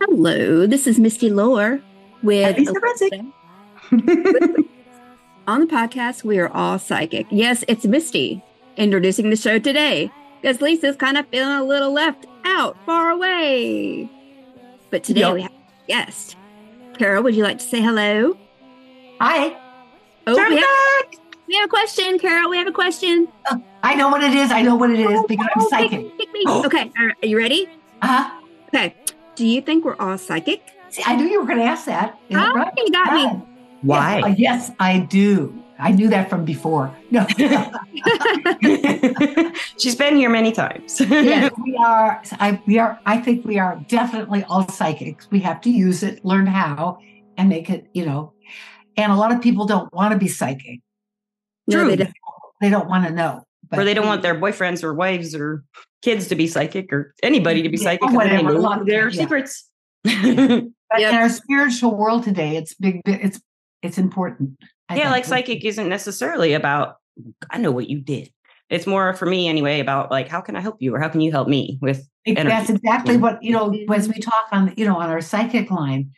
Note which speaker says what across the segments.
Speaker 1: Hello, this is Misty Lohr with
Speaker 2: Happy Thorensic.
Speaker 1: on the podcast. We are all psychic. Yes, it's Misty introducing the show today because Lisa's kind of feeling a little left out, far away. But today
Speaker 2: Yep.
Speaker 1: we have a guest. Carol, would you like to say hello?
Speaker 2: Hi.
Speaker 1: Oh,
Speaker 2: Turn
Speaker 1: we have,
Speaker 2: back.
Speaker 1: we have a question, Carol. We have a question.
Speaker 2: I know what it is. I know what it is because I'm
Speaker 1: Oh, pick
Speaker 2: psychic.
Speaker 1: me, pick me. okay, all right, are you ready?
Speaker 2: Uh-huh.
Speaker 1: Okay. Do you think we're all psychic?
Speaker 2: See, I knew you were going to ask that. Isn't
Speaker 1: Oh,
Speaker 2: it right?
Speaker 1: you got me.
Speaker 2: Yeah. Yes, uh, yes, I do. I knew that from before. No.
Speaker 3: She's been here many times.
Speaker 2: Yes, we are. I, we are. I think we are definitely all psychics. We have to use it, learn how, and make it. You know, and a lot of people don't want to be psychic.
Speaker 1: No, they
Speaker 3: True.
Speaker 1: don't.
Speaker 2: They don't want to know, but
Speaker 3: or they don't want their boyfriends or wives or kids to be psychic or anybody to be
Speaker 2: Yeah,
Speaker 3: psychic. 'cause then they
Speaker 2: whatever, a lot
Speaker 3: know
Speaker 2: of
Speaker 3: their
Speaker 2: things, yeah.
Speaker 3: secrets.
Speaker 2: But
Speaker 1: Yep.
Speaker 2: in our spiritual world today, it's big. It's it's important. I
Speaker 3: yeah,
Speaker 2: think.
Speaker 3: like psychic isn't necessarily about I know what you did. It's more for me anyway about like how can I help you or how can you help me with
Speaker 2: Ex-
Speaker 3: energy. Mm-hmm.
Speaker 2: That's exactly
Speaker 3: Yeah.
Speaker 2: what you know. As we talk on you know on our psychic line,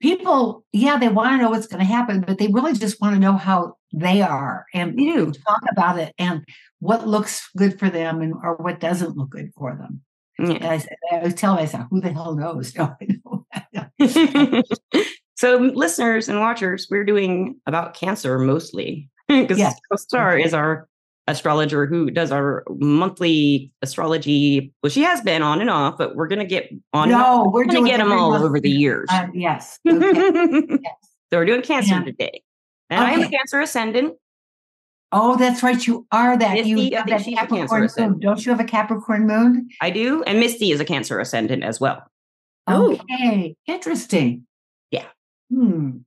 Speaker 2: people, yeah, they want to know what's going to happen, but they really just want to know how they are and
Speaker 3: you.
Speaker 2: talk about it and what looks good for them and or what doesn't look good for them. And
Speaker 3: Yeah.
Speaker 2: I, said- I always tell myself, who the hell knows? No, I know.
Speaker 3: so listeners and watchers, we're doing about cancer mostly because
Speaker 2: Yeah.
Speaker 3: Star is our astrologer who does our monthly astrology. Well, she has been on and off, but we're gonna get on. and
Speaker 2: no,
Speaker 3: off.
Speaker 2: we're
Speaker 3: We're gonna
Speaker 2: doing
Speaker 3: get them
Speaker 2: every
Speaker 3: all
Speaker 2: month.
Speaker 3: over the years.
Speaker 2: Uh, yes. Okay. yes.
Speaker 3: so we're doing cancer
Speaker 2: Yeah.
Speaker 3: today, and I am a
Speaker 2: Okay.
Speaker 3: Cancer ascendant.
Speaker 2: Oh, that's right. You are that.
Speaker 3: Yes,
Speaker 2: you
Speaker 3: the- I
Speaker 2: have
Speaker 3: think
Speaker 2: that
Speaker 3: she's a
Speaker 2: Capricorn
Speaker 3: Cancer, I said.
Speaker 2: moon. Don't you have a Capricorn moon?
Speaker 3: I do, and Misty is a Cancer ascendant as well.
Speaker 1: Oh.
Speaker 2: Okay, interesting.
Speaker 3: Yeah.
Speaker 2: Hmm.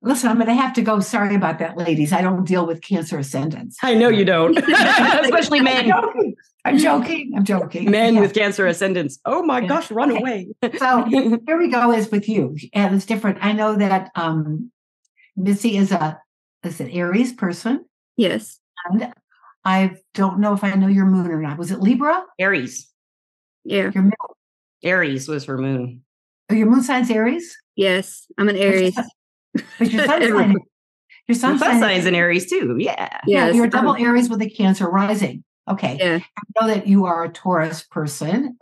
Speaker 2: Listen, I'm going to have to go. Sorry about that, ladies. I don't deal with cancer ascendants.
Speaker 3: I know you don't, especially
Speaker 2: I'm
Speaker 3: men.
Speaker 2: joking. I'm joking. I'm joking.
Speaker 3: Men
Speaker 2: Yeah.
Speaker 3: with Cancer ascendants. Oh my
Speaker 2: Yeah.
Speaker 3: gosh, run
Speaker 2: Okay.
Speaker 3: away!
Speaker 2: so here we go. Is with you, and it's different. I know that um, Missy is a is an Aries person,
Speaker 1: Yes.
Speaker 2: and I don't know if I know your moon or not. Was it Libra?
Speaker 3: Aries.
Speaker 1: Yeah.
Speaker 2: Your moon-
Speaker 3: Aries was her moon.
Speaker 2: oh, your moon sign's Aries,
Speaker 1: Yes. I'm an Aries.
Speaker 2: but your sun sign.
Speaker 1: Everyone.
Speaker 2: Your sun
Speaker 3: Some sun
Speaker 2: sign.
Speaker 3: signs in Aries too. Yeah.
Speaker 2: Yeah,
Speaker 1: Yes.
Speaker 2: you're double
Speaker 1: I'm-
Speaker 2: Aries with a Cancer rising. Okay.
Speaker 1: Yeah.
Speaker 2: I know that you are a Taurus person.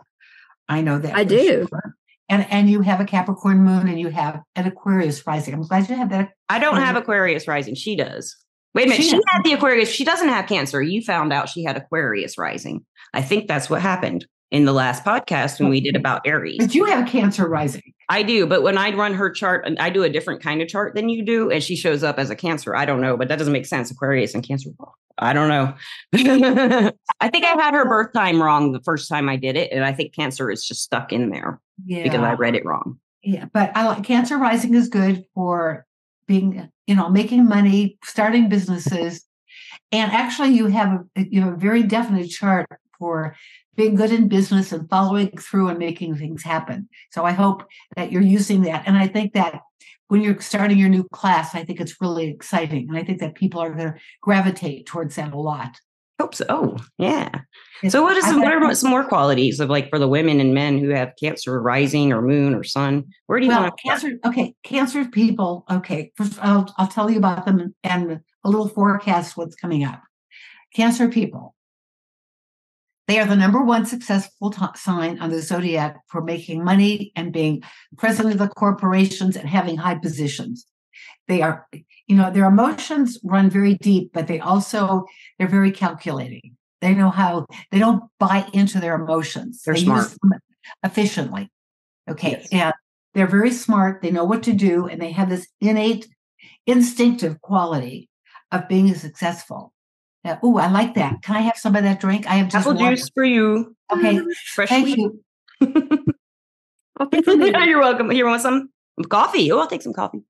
Speaker 2: I know that.
Speaker 1: I
Speaker 2: for
Speaker 1: do.
Speaker 2: sure. And and you have a Capricorn moon and you have an Aquarius rising. I'm glad you have that.
Speaker 3: I don't have
Speaker 2: Mhm.
Speaker 3: Aquarius rising. She does. Wait a minute.
Speaker 2: She
Speaker 3: She
Speaker 2: does.
Speaker 3: had the Aquarius. She doesn't have Cancer. You found out she had Aquarius rising. I think that's what happened in the last podcast when we did about Aries.
Speaker 2: But you have a Cancer rising.
Speaker 3: I do, but when I run her chart, and I do a different kind of chart than you do, and she shows up as a Cancer. I don't know, but that doesn't make sense. Aquarius and Cancer. I don't know. I think I had her birth time wrong the first time I did it, and I think Cancer is just stuck in there
Speaker 2: Yeah.
Speaker 3: because I read it wrong.
Speaker 2: yeah. But I like Cancer rising is good for being, you know, making money, starting businesses. And actually you have a you know a very definite chart for being good in business and following through and making things happen. So I hope that you're using that. And I think that when you're starting your new class, I think it's really exciting. And I think that people are going to gravitate towards that a lot.
Speaker 3: Hope so. Oh, yeah. So what is
Speaker 2: I
Speaker 3: some, what
Speaker 2: think-
Speaker 3: are some more qualities of like for the women and men who have cancer rising or moon or sun? Where do you
Speaker 2: well,
Speaker 3: want to
Speaker 2: cancer. Okay, cancer people. Okay, first I'll I'll tell you about them and, and a little forecast what's coming up. Cancer people. They are the number one successful t- sign on the zodiac for making money and being president of the corporations and having high positions. They are, you know, their emotions run very deep, but they also they're very calculating. They know how they don't buy into their emotions.
Speaker 3: They're
Speaker 2: they
Speaker 3: smart.
Speaker 2: use them efficiently. Okay,
Speaker 3: Yes.
Speaker 2: and they're very smart. They know what to do, and they have this innate, instinctive quality of being successful. oh, I like that. Can I have some of that drink? I have just
Speaker 3: apple
Speaker 2: water.
Speaker 3: juice for you?
Speaker 2: Okay,
Speaker 3: Fresh
Speaker 2: thank
Speaker 3: squeezed.
Speaker 2: you.
Speaker 1: I'll take some of that.
Speaker 3: You're welcome. Here, want some coffee? Oh, I'll take some coffee.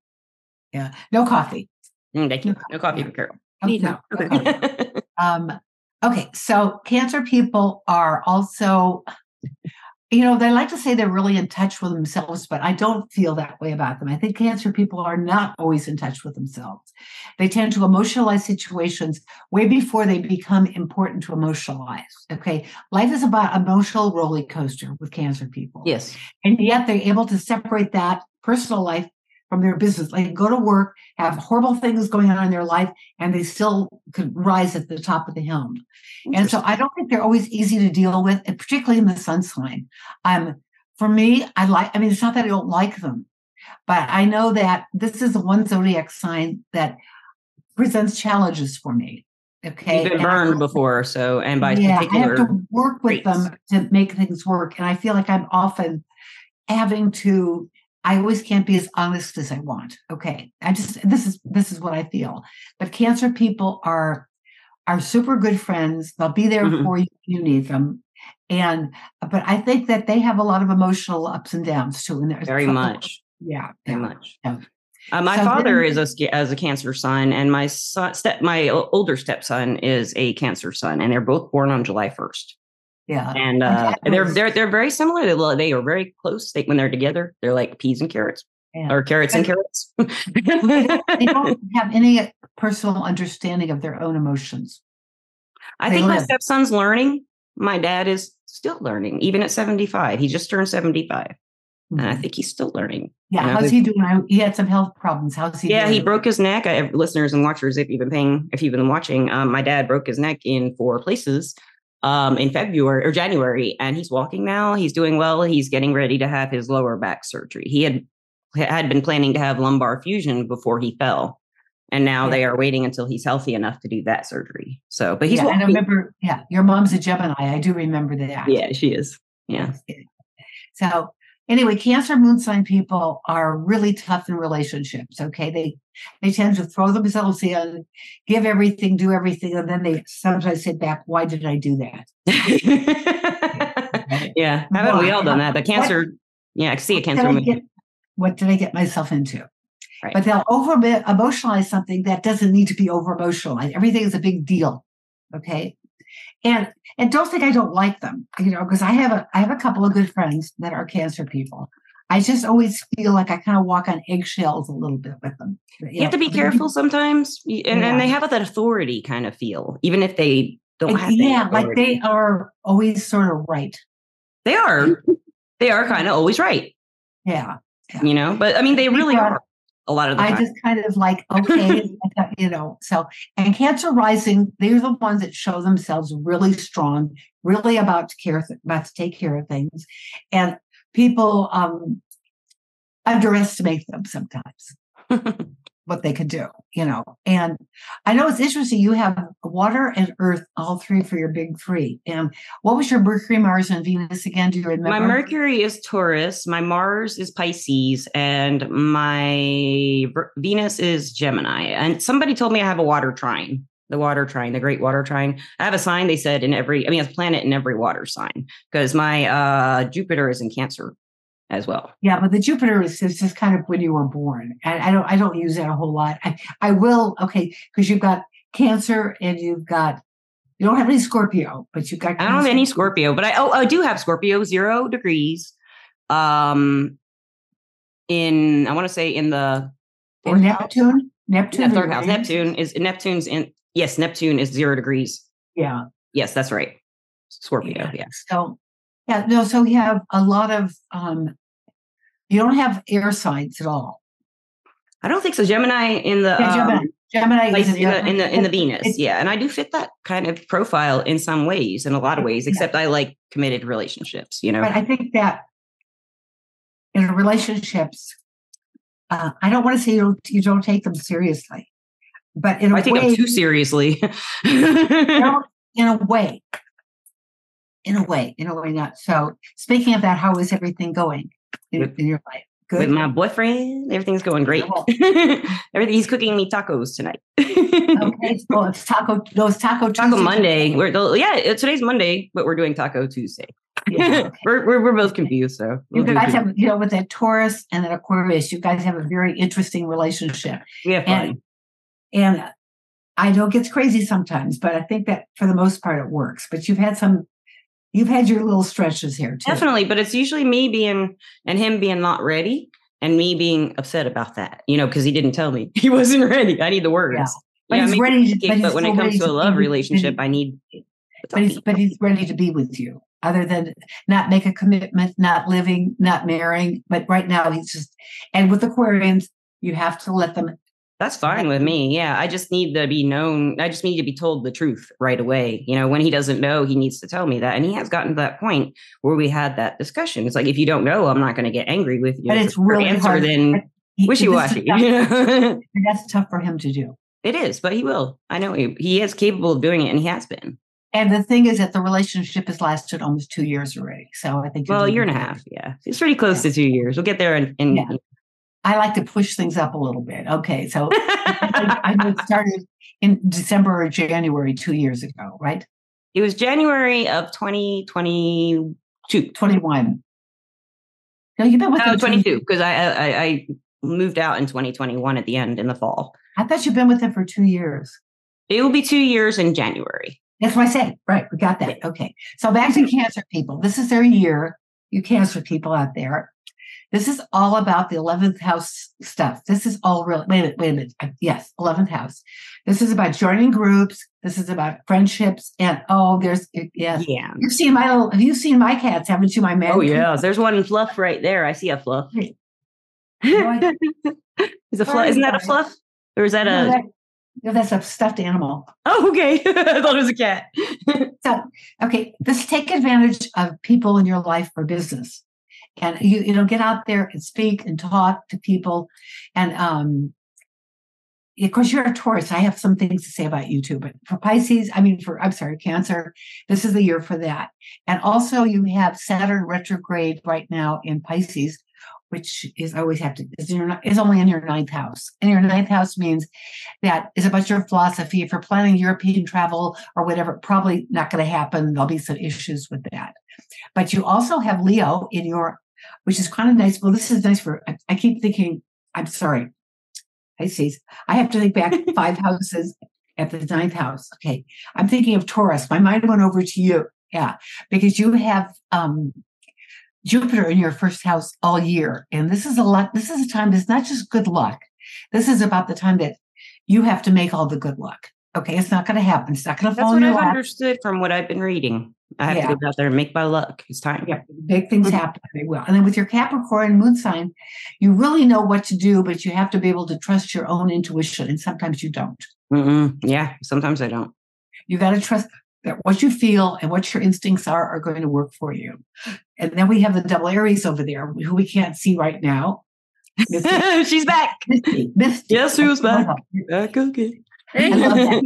Speaker 2: Yeah, no coffee.
Speaker 3: Mm, thank you. No coffee for Carol.
Speaker 2: Oh,
Speaker 1: Me
Speaker 2: no,
Speaker 1: too.
Speaker 2: no
Speaker 1: Okay.
Speaker 2: coffee. Um, okay, so cancer people are also you know, they like to say they're really in touch with themselves, but I don't feel that way about them. I think cancer people are not always in touch with themselves. They tend to emotionalize situations way before they become important to emotionalize. Okay. Life is about emotional roller coaster with cancer people.
Speaker 3: Yes.
Speaker 2: And yet they're able to separate that personal life from their business. They go to work, have horrible things going on in their life, and they still could rise at the top of the hill. And so I don't think they're always easy to deal with, and particularly in the sun sign. Um, for me, I like, I mean, it's not that I don't like them, but I know that this is the one zodiac sign that presents challenges for me. Okay.
Speaker 3: You've been
Speaker 2: And
Speaker 3: burned
Speaker 2: I-
Speaker 3: before, so and by
Speaker 2: yeah, I
Speaker 3: particular,
Speaker 2: have to work with them to make things work. And I feel like I'm often having to, I always can't be as honest as I want. Okay. I just this is this is what I feel. But cancer people are are super good friends. They'll be there
Speaker 3: Mhm.
Speaker 2: for you if you need them. And but I think that they have a lot of emotional ups and downs too. And there's
Speaker 3: very
Speaker 2: some-
Speaker 3: much,
Speaker 2: Yeah.
Speaker 3: very
Speaker 2: yeah.
Speaker 3: much.
Speaker 2: Yeah.
Speaker 3: Uh, my
Speaker 2: So
Speaker 3: father
Speaker 2: then-
Speaker 3: is a sca- as a cancer son, and my son, step my o- older stepson is a cancer son, and they're both born on July first.
Speaker 2: Yeah.
Speaker 3: And uh,
Speaker 2: Okay.
Speaker 3: they're they're they're very similar. They lo- They are very close. They, when they're together, they're like peas and carrots,
Speaker 2: Yeah.
Speaker 3: or carrots and carrots.
Speaker 2: They don't have any personal understanding of their own emotions.
Speaker 3: I
Speaker 2: They
Speaker 3: think my
Speaker 2: live.
Speaker 3: stepson's learning. My dad is still learning, even at 75. He just turned 75, and
Speaker 2: Mm-hmm.
Speaker 3: I think he's still learning.
Speaker 2: Yeah,
Speaker 3: Yeah,
Speaker 2: how's
Speaker 3: but-
Speaker 2: he doing? I, he had some health problems. How's he?
Speaker 3: Yeah,
Speaker 2: doing?
Speaker 3: he broke his neck. I have listeners and watchers, if you've been paying, if you've been watching, um, my dad broke his neck in four places um, in February or January, and he's walking now. He's doing well. He's getting ready to have his lower back surgery. He had had been planning to have lumbar fusion before he fell, and now
Speaker 2: Yeah.
Speaker 3: they are waiting until he's healthy enough to do that surgery. So, but he's
Speaker 2: yeah, and I
Speaker 3: walking.
Speaker 2: remember. Yeah, your mom's a Gemini. I do remember that.
Speaker 3: yeah, she is. Yeah,
Speaker 2: So anyway, Cancer moon sign people are really tough in relationships. Okay, they they tend to throw themselves in, give everything, do everything, and then they sometimes sit back. Why did I do that?
Speaker 3: yeah. Haven't we all done that? The cancer. Yeah, I see a cancer.
Speaker 2: did I
Speaker 3: movie.
Speaker 2: get, what did I get myself into?
Speaker 3: Right.
Speaker 2: But they'll over uh, emotionalize something that doesn't need to be over emotionalized. Everything is a big deal. Okay. And and don't think I don't like them, you know, because I have a I have a couple of good friends that are cancer people. I just always feel like I kind of walk on eggshells a little bit with them.
Speaker 3: you have to be careful sometimes You- and, and
Speaker 2: Yeah.
Speaker 3: they have that authority kind of feel even if they don't have
Speaker 2: Like,
Speaker 3: that
Speaker 2: yeah, like
Speaker 3: authority.
Speaker 2: they are always sort of right.
Speaker 3: they are they are kind of always right
Speaker 2: Yeah.
Speaker 3: you know but i mean they really
Speaker 2: Yeah.
Speaker 3: are a lot of the
Speaker 2: I
Speaker 3: time
Speaker 2: just kind of like, okay, you know, so, and Cancer Rising, they're the ones that show themselves really strong, really about to care, about to take care of things. And people um, underestimate them sometimes, what they can do, you know. And I know it's interesting, you have water and earth, all three for your big three. And what was your Mercury, Mars, and Venus again? Do you remember?
Speaker 3: my mercury is taurus my mars is pisces and my Ver- venus is gemini and somebody told me i have a water trine the water trine the great water trine i have a sign they said in every i mean it's a planet in every water sign because my uh jupiter is in cancer as well
Speaker 2: Yeah, but the Jupiter is is just kind of when you were born. And I don't I don't use that a whole lot. I, I will, okay, because you've got cancer and you've got you don't have any Scorpio, but you've got
Speaker 3: I don't have any
Speaker 2: Cancer.
Speaker 3: Scorpio, but I oh I do have Scorpio zero degrees. Um, in I want to say in the
Speaker 2: and
Speaker 3: fourth
Speaker 2: Neptune. Neptune.
Speaker 3: house, No,
Speaker 2: or
Speaker 3: third house.
Speaker 2: Uranus?
Speaker 3: Neptune is Neptune's in yes Neptune is zero degrees.
Speaker 2: Yeah.
Speaker 3: Yes, that's right. Scorpio. Yeah.
Speaker 2: So yeah, no, so you have a lot of um you don't have air signs at all.
Speaker 3: I don't think so. Gemini in the
Speaker 2: Yeah, Gemini.
Speaker 3: um,
Speaker 2: Gemini
Speaker 3: place
Speaker 2: is an
Speaker 3: in
Speaker 2: air-
Speaker 3: the in the in the Venus.
Speaker 2: It's-
Speaker 3: Yeah, and I do fit that kind of profile in some ways, in a lot of ways.
Speaker 2: Yeah.
Speaker 3: Except I like committed relationships. You know.
Speaker 2: But I think that in relationships, uh, I don't want to say you don't, you don't take them seriously, but in a
Speaker 3: I think
Speaker 2: way,
Speaker 3: I'm too seriously.
Speaker 2: no, in a way, in a way, in a way, not so. Speaking of that, how is everything going in,
Speaker 3: With-
Speaker 2: in your life?
Speaker 3: with
Speaker 2: Good.
Speaker 3: my boyfriend. Everything's going great.
Speaker 2: Well.
Speaker 3: Everything he's cooking me tacos tonight.
Speaker 2: okay. Well, it's taco. No, it's taco.
Speaker 3: Taco
Speaker 2: Tuesday.
Speaker 3: Monday. We're yeah, it- today's Monday, but we're doing Taco Tuesday.
Speaker 2: Yeah, okay.
Speaker 3: we're, we're we're both confused, so
Speaker 2: You
Speaker 3: we'll do-
Speaker 2: guys have, you know, with that Taurus and that Aquarius, you guys have a very interesting relationship.
Speaker 3: we have fun.
Speaker 2: and- And I know it gets crazy sometimes, but I think that for the most part it works. But you've had some You've had your little stretches here too.
Speaker 3: Definitely, but it's usually me being and him being not ready and me being upset about that, you know, because he didn't tell me he wasn't ready. I need the words.
Speaker 2: Yeah. But
Speaker 3: Yeah, I
Speaker 2: he's
Speaker 3: mean,
Speaker 2: ready. To,
Speaker 3: But,
Speaker 2: he's
Speaker 3: when it
Speaker 2: still
Speaker 3: comes
Speaker 2: ready
Speaker 3: to a
Speaker 2: be
Speaker 3: love
Speaker 2: with you.
Speaker 3: relationship, I need.
Speaker 2: but he's but he's ready to be with you. Other than not make a commitment, not living, not marrying, but right now he's just. And with Aquarians, you have to let them.
Speaker 3: That's fine with me. Yeah. I just need to be known. I just need to be told the truth right away. You know, when he doesn't know, he needs to tell me that. And he has gotten to that point where we had that discussion. It's like, if you don't know, I'm not going to get angry with you.
Speaker 2: But
Speaker 3: If
Speaker 2: it's really
Speaker 3: your answer,
Speaker 2: hard.
Speaker 3: then
Speaker 2: he- this is
Speaker 3: wishy washy.
Speaker 2: tough. That's tough for him to do.
Speaker 3: it is, but he will. I know he, he is capable of doing it and he has been.
Speaker 2: And the thing is that the relationship has lasted almost two years already. So I think
Speaker 3: Well, a
Speaker 2: doing
Speaker 3: year and a
Speaker 2: good.
Speaker 3: half. Yeah. It's pretty close to two years. We'll get there and, and
Speaker 2: Yeah. I like to push things up a little bit. Okay, so I, I know it started in December or January two years ago, right?
Speaker 3: it was January of 2022.
Speaker 2: Twenty-one. No, you've been with
Speaker 3: No,
Speaker 2: him two-
Speaker 3: 22, because Oh, I, I I moved out in 2021 at the end in the fall.
Speaker 2: I thought you've been with him for two years.
Speaker 3: It will be two years in January.
Speaker 2: That's what I said. Right. We got that. Okay. So back to cancer people. This is their year. You cancer people out there. This is all about the 11th house stuff. This is all real. Wait a minute. Wait a minute. Uh, Yes. 11th house. This is about joining groups. This is about friendships. And oh, there's, yeah.
Speaker 3: Yeah.
Speaker 2: You've seen my little, have you seen my cats? Haven't you, my man?
Speaker 3: Oh yeah. There's one fluff right there. I see a fluff.
Speaker 2: Wait. Why-
Speaker 3: is a fluff?
Speaker 2: Sorry,
Speaker 3: Isn't that a
Speaker 2: guys.
Speaker 3: fluff? Or is that
Speaker 2: No,
Speaker 3: a?
Speaker 2: that- no, that's a stuffed animal.
Speaker 3: Oh, okay. I thought it was a cat.
Speaker 2: Okay, this take advantage of people in your life for business, and you you know get out there and speak and talk to people, and um, of course you're a Taurus. I have some things to say about you too, but for Pisces, I mean for I'm sorry Cancer, this is the year for that, and also you have Saturn retrograde right now in Pisces, which is I always have to is in your ni- is only in your ninth house, and your ninth house means that is about your philosophy. If you're planning European travel or whatever, probably not going to happen. There'll be some issues with that. But you also have Leo in your, which is kind of nice. Well, this is nice for, I, I keep thinking, I'm sorry. I see. I have to think back five houses at the ninth house. Okay. I'm thinking of Taurus. My mind went over to you. Yeah. Because you have, um, Jupiter in your first house all year. And this is a lot. This is a time that's not just good luck. This is about the time that you have to make all the good luck. Okay. It's not going to happen. It's not going to
Speaker 3: That's
Speaker 2: fall in
Speaker 3: what
Speaker 2: your
Speaker 3: I've
Speaker 2: lap.
Speaker 3: understood from what I've been reading. I have
Speaker 2: Yeah.
Speaker 3: to go out there and make my luck. It's time.
Speaker 2: Yeah, big things
Speaker 3: Mhm.
Speaker 2: happen. They will. And then with your Capricorn moon sign, you really know what to do, but you have to be able to trust your own intuition. And sometimes you don't.
Speaker 3: Mm-mm. Yeah. Sometimes I don't.
Speaker 2: You got to trust that what you feel and what your instincts are are going to work for you. And then we have the double Aries over there, who we can't see right now. Misty,
Speaker 3: She's back.
Speaker 2: Misty, Misty.
Speaker 3: Yes, she was back.
Speaker 2: I
Speaker 3: Back again.
Speaker 2: love that.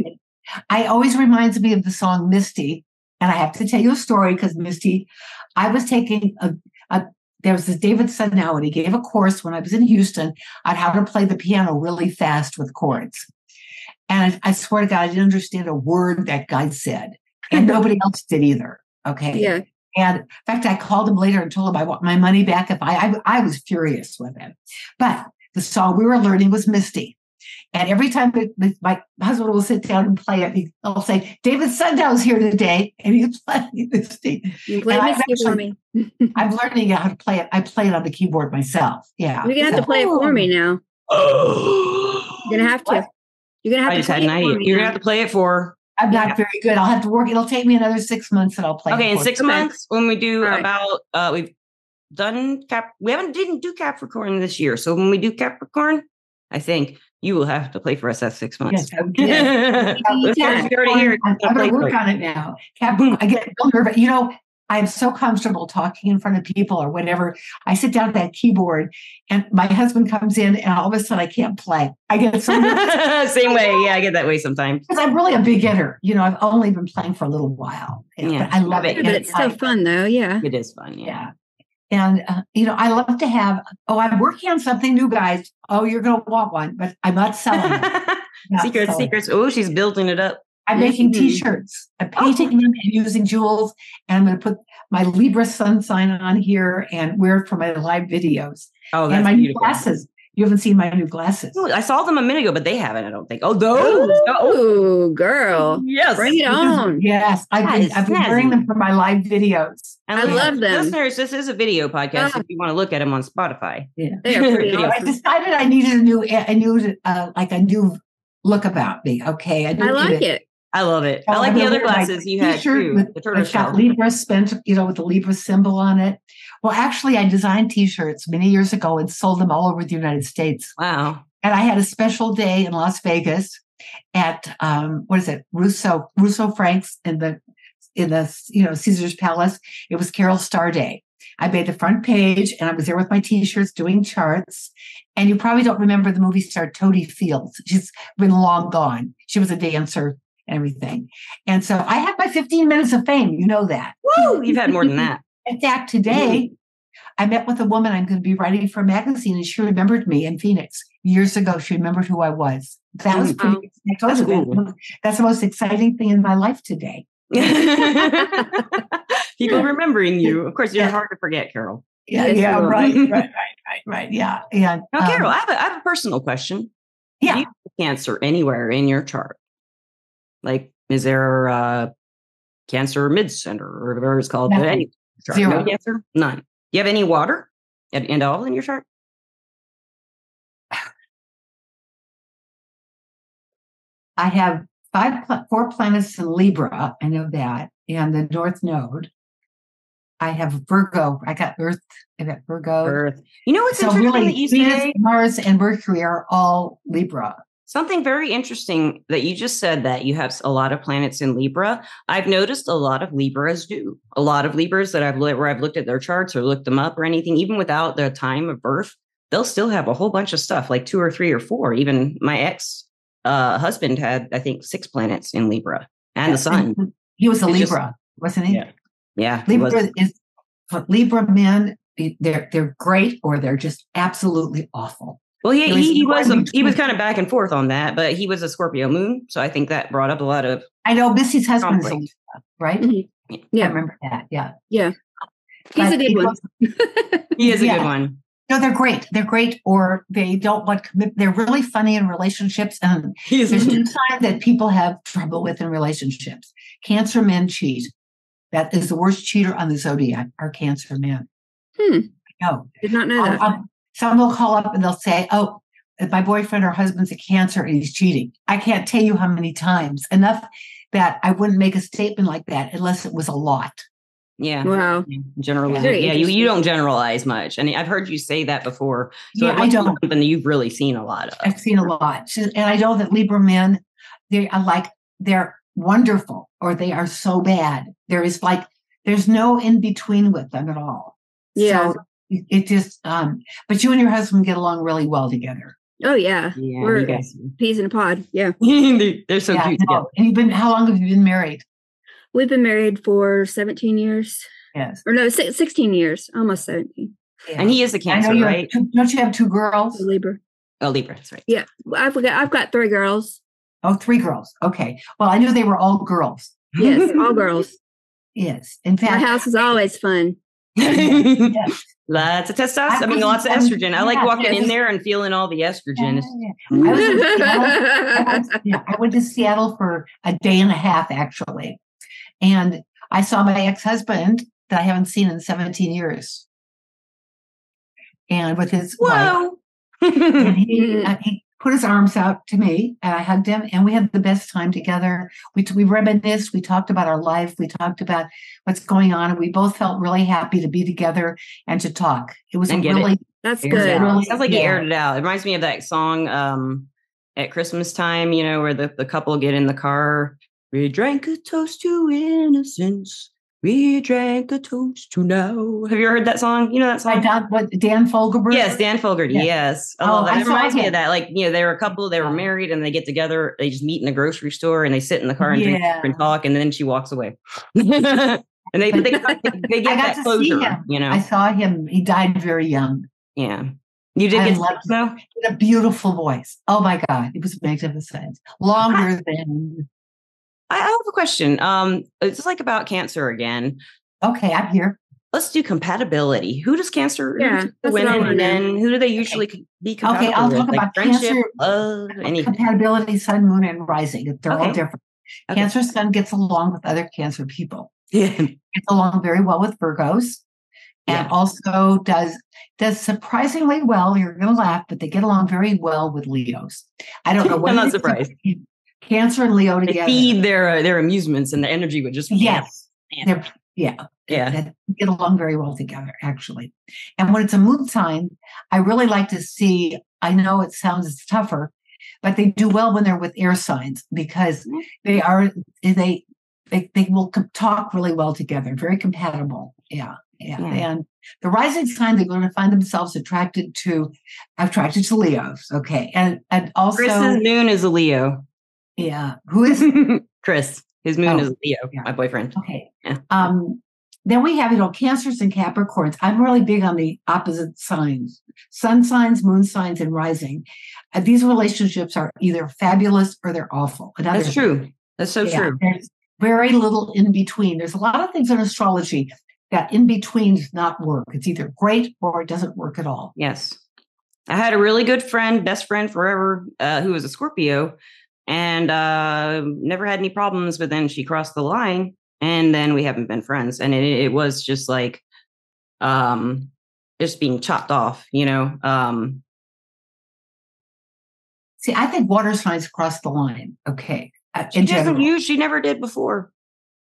Speaker 2: I always reminds me of the song Misty. And I have to tell you a story because Misty, I was taking a, a there was this David Sudnow, and he gave a course when I was in Houston on how to play the piano really fast with chords. And I, I swear to God, I didn't understand a word that guy said. And nobody else did either. Okay.
Speaker 1: Yeah.
Speaker 2: And in fact, I called him later and told him I want my money back if I, I, I was furious with him. But the song we were learning was Misty. And every time that- that my husband will sit down and play it, he'll say, David Sundow's here today. And he's playing Misty.
Speaker 1: You play
Speaker 2: And I
Speaker 1: Misty for
Speaker 2: actually-
Speaker 1: me.
Speaker 2: I'm learning how to play it. I play it on the keyboard myself. Yeah.
Speaker 1: You're gonna have to
Speaker 2: So-
Speaker 1: play it for me now. You're gonna have to.
Speaker 2: Oh. What?
Speaker 1: You're gonna have
Speaker 3: I
Speaker 1: to
Speaker 3: just had
Speaker 1: play
Speaker 3: an
Speaker 1: it for
Speaker 3: idea.
Speaker 1: me
Speaker 3: You're
Speaker 1: now.
Speaker 3: gonna have to play it for
Speaker 2: I'm not
Speaker 3: Yeah.
Speaker 2: very good. I'll have to work. It'll take me another six months and I'll play. it
Speaker 3: Okay, in
Speaker 2: for
Speaker 3: six
Speaker 1: Okay.
Speaker 3: months when we do
Speaker 1: All right.
Speaker 3: about uh we've done cap we haven't didn't do Capricorn this year. So when we do Capricorn, I think you will have to play for us that six
Speaker 2: you.
Speaker 3: months.
Speaker 2: Yes, I did.
Speaker 3: As
Speaker 2: Yeah,
Speaker 3: far as you're already here,
Speaker 2: I'm,
Speaker 3: I'll
Speaker 2: I'm going to
Speaker 3: play for
Speaker 2: work
Speaker 3: you.
Speaker 2: on it now. Capricorn, I get real nervous. You know, I'm so comfortable talking in front of people or whatever. I sit down at that keyboard, and my husband comes in, and all of a sudden I can't play. I get so nervous
Speaker 3: Same way. Yeah, I get that way sometimes.
Speaker 2: because I'm really a beginner. You know, I've only been playing for a little while.
Speaker 3: Yeah.
Speaker 2: but I love it.
Speaker 1: Yeah, but it's still
Speaker 2: I-
Speaker 1: fun though. Yeah.
Speaker 3: It is fun. Yeah.
Speaker 2: yeah. And uh, you know, I love to have. Oh, I'm working on something new, guys. Oh, you're going to want one, but I'm not selling. it. Not
Speaker 3: secrets,
Speaker 2: selling it.
Speaker 3: secrets. Oh, she's building it up.
Speaker 2: I'm making
Speaker 1: Mhm.
Speaker 2: t-shirts. I'm painting them and using jewels. And I'm going to put my Libra sun sign on here and wear it for my live videos
Speaker 3: Oh,
Speaker 2: and
Speaker 3: that's
Speaker 2: my new
Speaker 3: beautiful. Oh,
Speaker 2: glasses. You haven't seen my new glasses.
Speaker 3: I saw them a minute ago, but they haven't. I don't think. Oh, those. Oh,
Speaker 1: Oh, girl.
Speaker 3: yes.
Speaker 1: Bring it on.
Speaker 2: Yes, I've
Speaker 3: That
Speaker 2: been,
Speaker 3: is
Speaker 2: I've been wearing them for my live videos.
Speaker 3: And
Speaker 1: I
Speaker 3: listen-
Speaker 1: love them.
Speaker 3: Listeners, this is a video podcast.
Speaker 1: Yeah.
Speaker 3: If you want to look at them on Spotify,
Speaker 1: They are pretty.
Speaker 3: Yeah.
Speaker 2: I decided I needed a new, a new, uh, like a new look about me. Okay,
Speaker 1: I like it.
Speaker 3: I love it. I
Speaker 2: Oh,
Speaker 3: like
Speaker 2: I'm
Speaker 3: the
Speaker 2: gonna wear
Speaker 3: other
Speaker 2: my
Speaker 3: glasses you had
Speaker 2: t-shirt
Speaker 3: too.
Speaker 2: with-
Speaker 3: The turtle
Speaker 2: I've got
Speaker 3: shell.
Speaker 2: Libra spent, you know, with the Libra symbol on it. Well, actually, I designed T-shirts many years ago and sold them all over the United States.
Speaker 3: Wow.
Speaker 2: And I had a special day in Las Vegas at um, what is it, Russo Russo Franks in the in the you know Caesar's Palace. It was Carol Star Day. I made the front page, and I was there with my T-shirts doing charts. And you probably don't remember the movie star Toadie Fields. She's been long gone. She was a dancer and everything. And so I had my 15 minutes of fame. You know that.
Speaker 3: Woo! You've had more than that.
Speaker 2: In fact, today I met with a woman I'm going to be writing for a magazine, and she remembered me in Phoenix years ago. She remembered who I was. That was pretty.
Speaker 1: Wow.
Speaker 2: I told
Speaker 3: Mm, That's
Speaker 2: you that. That's the most exciting thing in my life today.
Speaker 3: People remembering you. Of course, you're
Speaker 2: Yeah.
Speaker 3: hard to forget, Carol.
Speaker 2: Yeah,
Speaker 1: Yes,
Speaker 2: yeah,
Speaker 1: you are.
Speaker 2: right, right, right, right, right. Yeah, yeah.
Speaker 3: Now,
Speaker 2: um,
Speaker 3: Carol, I have, a, I have a personal question.
Speaker 2: yeah.
Speaker 3: do you have cancer anywhere in your chart? Like, is there a cancer mid center or whatever it's called?
Speaker 2: Nothing.
Speaker 3: Any chart? No
Speaker 2: Zero.
Speaker 3: cancer? None. Do you have any water at, at all in your chart?
Speaker 2: I have five, pla- four planets in Libra. I know that, and the North Node. I have Virgo. I got Earth. I got Virgo.
Speaker 3: Earth. You know what's
Speaker 2: Oh. So
Speaker 3: interesting E
Speaker 2: really,
Speaker 3: that you
Speaker 2: Venus,
Speaker 3: say?
Speaker 2: Mars, and Mercury are all Libra.
Speaker 3: Something very interesting that you just said that you have a lot of planets in Libra. I've noticed a lot of Libras do. A lot of Libras that I've li- where I've looked at their charts or looked them up or anything, even without their time of birth, they'll still have a whole bunch of stuff, like two or three or four. Even my ex uh, husband had, I think, six planets in Libra and the sun.
Speaker 2: He was a
Speaker 3: It's just-
Speaker 2: Libra, wasn't he?
Speaker 3: Yeah. Yeah, it was-
Speaker 2: Libra is but Libra men. They're they're great or they're just absolutely awful.
Speaker 3: Well, he,
Speaker 2: There was
Speaker 3: he, he was
Speaker 2: one
Speaker 3: a, he
Speaker 2: between-
Speaker 3: was kind of back and forth on that, but he was a Scorpio moon, so I think that brought up a lot of
Speaker 2: I know Missy's husband is a
Speaker 3: Conflict.
Speaker 2: Libra, right?
Speaker 1: Mhm.
Speaker 2: I
Speaker 1: Yeah,
Speaker 2: remember that. Yeah,
Speaker 1: he's a
Speaker 2: But
Speaker 1: good
Speaker 2: it
Speaker 1: one.
Speaker 2: was-
Speaker 3: he is a
Speaker 2: Yeah.
Speaker 3: good one.
Speaker 2: No, they're great. They're great, or they don't want commit. They're really funny in relationships, and
Speaker 3: He is a
Speaker 2: there's
Speaker 3: good
Speaker 1: Mm-hmm.
Speaker 2: two signs that people have trouble with in relationships. Cancer men cheat. That is the worst cheater on the zodiac. Are cancer men?
Speaker 1: Hmm.
Speaker 2: No,
Speaker 1: Did not know
Speaker 2: I'll-
Speaker 1: that.
Speaker 2: I'll- someone will call up and they'll say, "Oh, my boyfriend or husband's a cancer and he's cheating." I can't tell you how many times enough that I wouldn't make a statement like that unless it was a lot. Mm-hmm.
Speaker 3: yeah.
Speaker 1: Wow.
Speaker 3: generally
Speaker 1: Very
Speaker 3: yeah you,
Speaker 1: interesting.
Speaker 3: you don't generalize much and i've heard you say that before so it
Speaker 2: yeah, I
Speaker 3: must be
Speaker 2: don't.
Speaker 3: something that you've really seen a lot of
Speaker 2: I've seen a lot, So- and I know that Libra men, they are like they're wonderful or they are so bad. There is like there's no in between with them at all.
Speaker 1: Yeah.
Speaker 2: So it it just, um, but you and your husband get along really well together.
Speaker 1: Oh yeah,
Speaker 3: yeah
Speaker 1: We're-
Speaker 3: you guys-
Speaker 1: peas in a pod. Yeah,
Speaker 3: they're, they're so
Speaker 2: yeah,
Speaker 3: cute
Speaker 2: no.
Speaker 3: together.
Speaker 2: And you've been, how long have you been married?
Speaker 1: we've been married for 17 years,
Speaker 2: Yes.
Speaker 1: or no, si- 16 years, almost 17.
Speaker 2: Yeah.
Speaker 3: and he is a cancer
Speaker 2: I know you
Speaker 3: right
Speaker 2: have two, don't you have two girls?
Speaker 1: Libra.
Speaker 3: oh libra that's right
Speaker 1: Yeah, Well, I've got I've got three girls.
Speaker 2: Oh, three girls. Okay. Well, I knew they were all girls.
Speaker 1: Yes, all girls.
Speaker 2: Yes. In
Speaker 1: My
Speaker 2: fact,
Speaker 1: house is always fun.
Speaker 3: lots of testosterone i mean
Speaker 2: I
Speaker 3: lots of
Speaker 2: wasn't-
Speaker 3: estrogen i like
Speaker 2: yeah,
Speaker 3: walking
Speaker 2: yeah,
Speaker 3: in
Speaker 2: this-
Speaker 3: there and feeling all the estrogen
Speaker 2: I was in Seattle I went- yeah, I went to Seattle for a day and a half actually. And I saw my ex-husband that I haven't seen in 17 years. And with his wife,
Speaker 3: whoa
Speaker 2: and he,
Speaker 3: Mm-hmm.
Speaker 1: Mm.
Speaker 2: uh, he put his arms out to me and I hugged him and we had the best time together. We, we reminisced, we talked about our life, we talked about what's going on and we both felt really happy to be together and to talk. It was a
Speaker 3: And get it.
Speaker 2: really,
Speaker 1: That's
Speaker 3: Airs it
Speaker 1: good.
Speaker 3: out.
Speaker 2: Really?
Speaker 3: Sounds like he
Speaker 2: Yeah.
Speaker 3: aired it out. It reminds me of that song um, at Christmas time, you know, where the, the couple get in the car. We drank a toast to innocence. We drank a toast to now. Have you ever heard that song? You know that
Speaker 2: I
Speaker 3: song?
Speaker 2: don't, what, Dan Fogelberg?
Speaker 3: Yes, Dan Fogarty.
Speaker 2: Yeah.
Speaker 3: Yes. I
Speaker 2: Oh,
Speaker 3: love that.
Speaker 2: I
Speaker 3: It
Speaker 2: saw
Speaker 3: reminds me
Speaker 2: him.
Speaker 3: of that. Like, you know, they were a couple, they were
Speaker 2: Yeah.
Speaker 3: married and they get together. They just meet in the grocery store and they sit in the car and drink
Speaker 2: Yeah.
Speaker 3: and talk. And then she walks away. and they, but they, they
Speaker 2: I
Speaker 3: get
Speaker 2: got
Speaker 3: that
Speaker 2: to see
Speaker 3: closure,
Speaker 2: him.
Speaker 3: you know?
Speaker 2: I saw him. He died very young.
Speaker 3: yeah. You did
Speaker 2: I
Speaker 3: get
Speaker 2: love
Speaker 3: sick, though?
Speaker 2: He had a beautiful voice. Oh my God. It was magnificent. Longer than,
Speaker 3: I I have a question. Um, it's like about cancer again.
Speaker 2: okay, I'm here.
Speaker 3: let's do compatibility. Who does Cancer
Speaker 1: Yeah,
Speaker 3: who do
Speaker 1: that's what I
Speaker 3: women
Speaker 1: wanna
Speaker 3: and
Speaker 1: know.
Speaker 3: men? Who do they usually co- be compatible
Speaker 2: I'll
Speaker 3: with?
Speaker 2: talk
Speaker 3: Like
Speaker 2: about
Speaker 3: friendship,
Speaker 2: Cancer- uh,
Speaker 3: love, anything.
Speaker 2: Compatibility, sun, moon, and rising. They're all
Speaker 3: Okay.
Speaker 2: different.
Speaker 3: Okay.
Speaker 2: Cancer sun gets along with other cancer people.
Speaker 3: Yeah.
Speaker 2: Gets along very well with Virgos. And
Speaker 3: Yeah.
Speaker 2: also does does surprisingly well. You're gonna laugh, but they get along very well with Leos. I don't know what
Speaker 3: I'm
Speaker 2: it
Speaker 3: not
Speaker 2: is about
Speaker 3: surprised.
Speaker 2: Cancer and Leo
Speaker 3: They
Speaker 2: together.
Speaker 3: feed their uh, their amusements and their energy would just
Speaker 2: Yes.
Speaker 3: Yeah.
Speaker 2: They're, yeah.
Speaker 3: yeah.
Speaker 2: that get along very well together, actually. And when it's a moon sign, I really like to see, I know it sounds tougher, but they do well when they're with air signs because
Speaker 3: Mhm.
Speaker 2: they are, eh, they, they, they will co- talk really well together, very compatible. Yeah. Yeah.
Speaker 3: Yeah.
Speaker 2: And the rising sign, they're going to find themselves attracted to, attracted to Leos. Okay. And, and also,
Speaker 3: Chris's moon is a Leo.
Speaker 2: yeah, who is,
Speaker 3: Chris, his moon
Speaker 2: Oh,
Speaker 3: is a Leo.
Speaker 2: yeah.
Speaker 3: My boyfriend.
Speaker 2: Okay.
Speaker 3: Yeah.
Speaker 2: Um, then we have, you know, cancers and Capricorns. I'm really big on the opposite signs, sun signs, moon signs, and rising. Uh, these relationships are either fabulous or they're awful. Another-
Speaker 3: That's true. That's so
Speaker 2: Yeah,
Speaker 3: true.
Speaker 2: There's very little in between. There's a lot of things in astrology that in between does not work. It's either great or it doesn't work at all.
Speaker 3: Yes. I had a really good friend, best friend forever, uh, who was a Scorpio and uh, never had any problems. But then she crossed the line and then we haven't been friends. And it, it was just like um, just being chopped off, you know? Um,
Speaker 2: See, I think water signs cross the line. Okay. Uh,
Speaker 3: she
Speaker 2: in
Speaker 3: doesn't
Speaker 2: general.
Speaker 3: use, she never did before.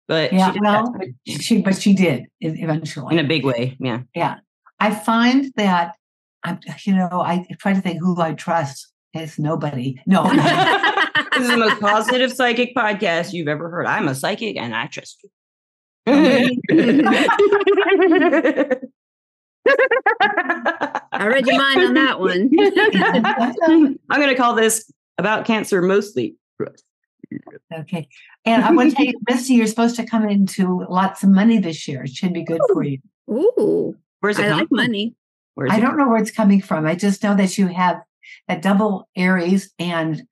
Speaker 3: But she
Speaker 2: Yeah,
Speaker 3: did
Speaker 2: well,
Speaker 3: that
Speaker 2: she, but she did e- eventually.
Speaker 3: in a big way. Yeah.
Speaker 2: I find that I'm, you know, I try to think who I trust. It's nobody. No,
Speaker 3: This is the most positive psychic podcast you've ever heard. I'm a psychic and I trust you.
Speaker 1: I read your mind on that one.
Speaker 3: I'm going to call this about cancer mostly.
Speaker 2: okay. And I want to tell you, Misty, you're supposed to come into lots of money this year. It should be good
Speaker 3: Oh,
Speaker 2: for you.
Speaker 1: Ooh,
Speaker 3: Where's it
Speaker 1: I
Speaker 3: coming
Speaker 1: like
Speaker 3: from?
Speaker 1: money.
Speaker 3: Where's
Speaker 2: I
Speaker 3: it
Speaker 2: don't know where it's coming from. I just know that you have a double Aries and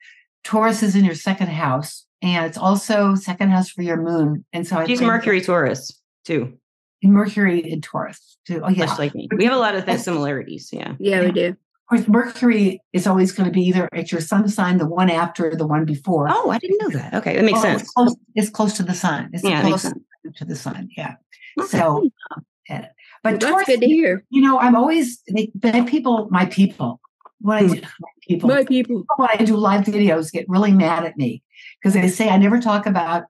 Speaker 2: Taurus is in your second house, and it's also second house for your moon. And so I
Speaker 3: She's
Speaker 2: think-
Speaker 3: Mercury Taurus too,
Speaker 2: Mercury in Taurus too. Oh yeah,
Speaker 3: much like me. We have a lot of th- similarities. Yeah.
Speaker 1: Yeah, we do.
Speaker 2: Of course, Mercury is always going to be either at your sun sign, the one after, the one before.
Speaker 3: Oh, I didn't know that. Okay, that makes
Speaker 2: Well,
Speaker 3: sense.
Speaker 2: It's close, it's close to the sun. It's
Speaker 3: Yeah, it makes
Speaker 2: close to the sun. Yeah.
Speaker 3: Okay.
Speaker 2: So, um, yeah. but
Speaker 1: That's
Speaker 2: Taurus,
Speaker 1: good to hear.
Speaker 2: you know, I'm always they, my people. My people. When I
Speaker 3: Hmm.
Speaker 2: do, my people.
Speaker 1: My people.
Speaker 2: when I do live videos, get really mad at me because they say I never talk about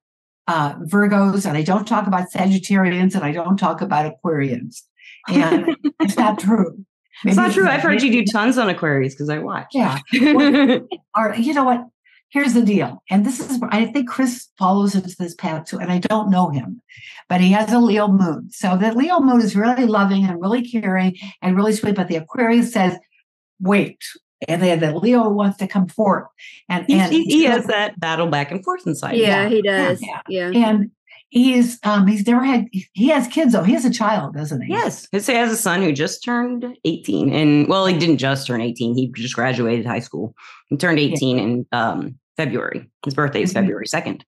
Speaker 2: uh, Virgos and I don't talk about Sagittarians and I don't talk about Aquarians. And it's not true.
Speaker 3: it's not true. I've heard
Speaker 2: you.
Speaker 3: you do tons on Aquarius because I watch.
Speaker 2: Yeah. Or you know what? Here's the deal. And this is where I think Chris follows into this path too. And I don't know him, but he has a Leo moon. So that Leo moon is really loving and really caring and really sweet. But the Aquarius says, wait. And then the Leo wants to come forth. And
Speaker 3: he,
Speaker 2: and
Speaker 3: he, he has that battle back and forth inside.
Speaker 1: Yeah, he
Speaker 2: Yeah,
Speaker 1: does.
Speaker 2: yeah.
Speaker 1: Yeah.
Speaker 2: and he is um he's never had he has kids though. He has a child, doesn't he?
Speaker 3: Yes. His- He has a son who just turned 18. And well, he didn't just turn 18. He just graduated high school. He turned 18 in um, February. His birthday is
Speaker 2: Mhm.
Speaker 3: February 2nd.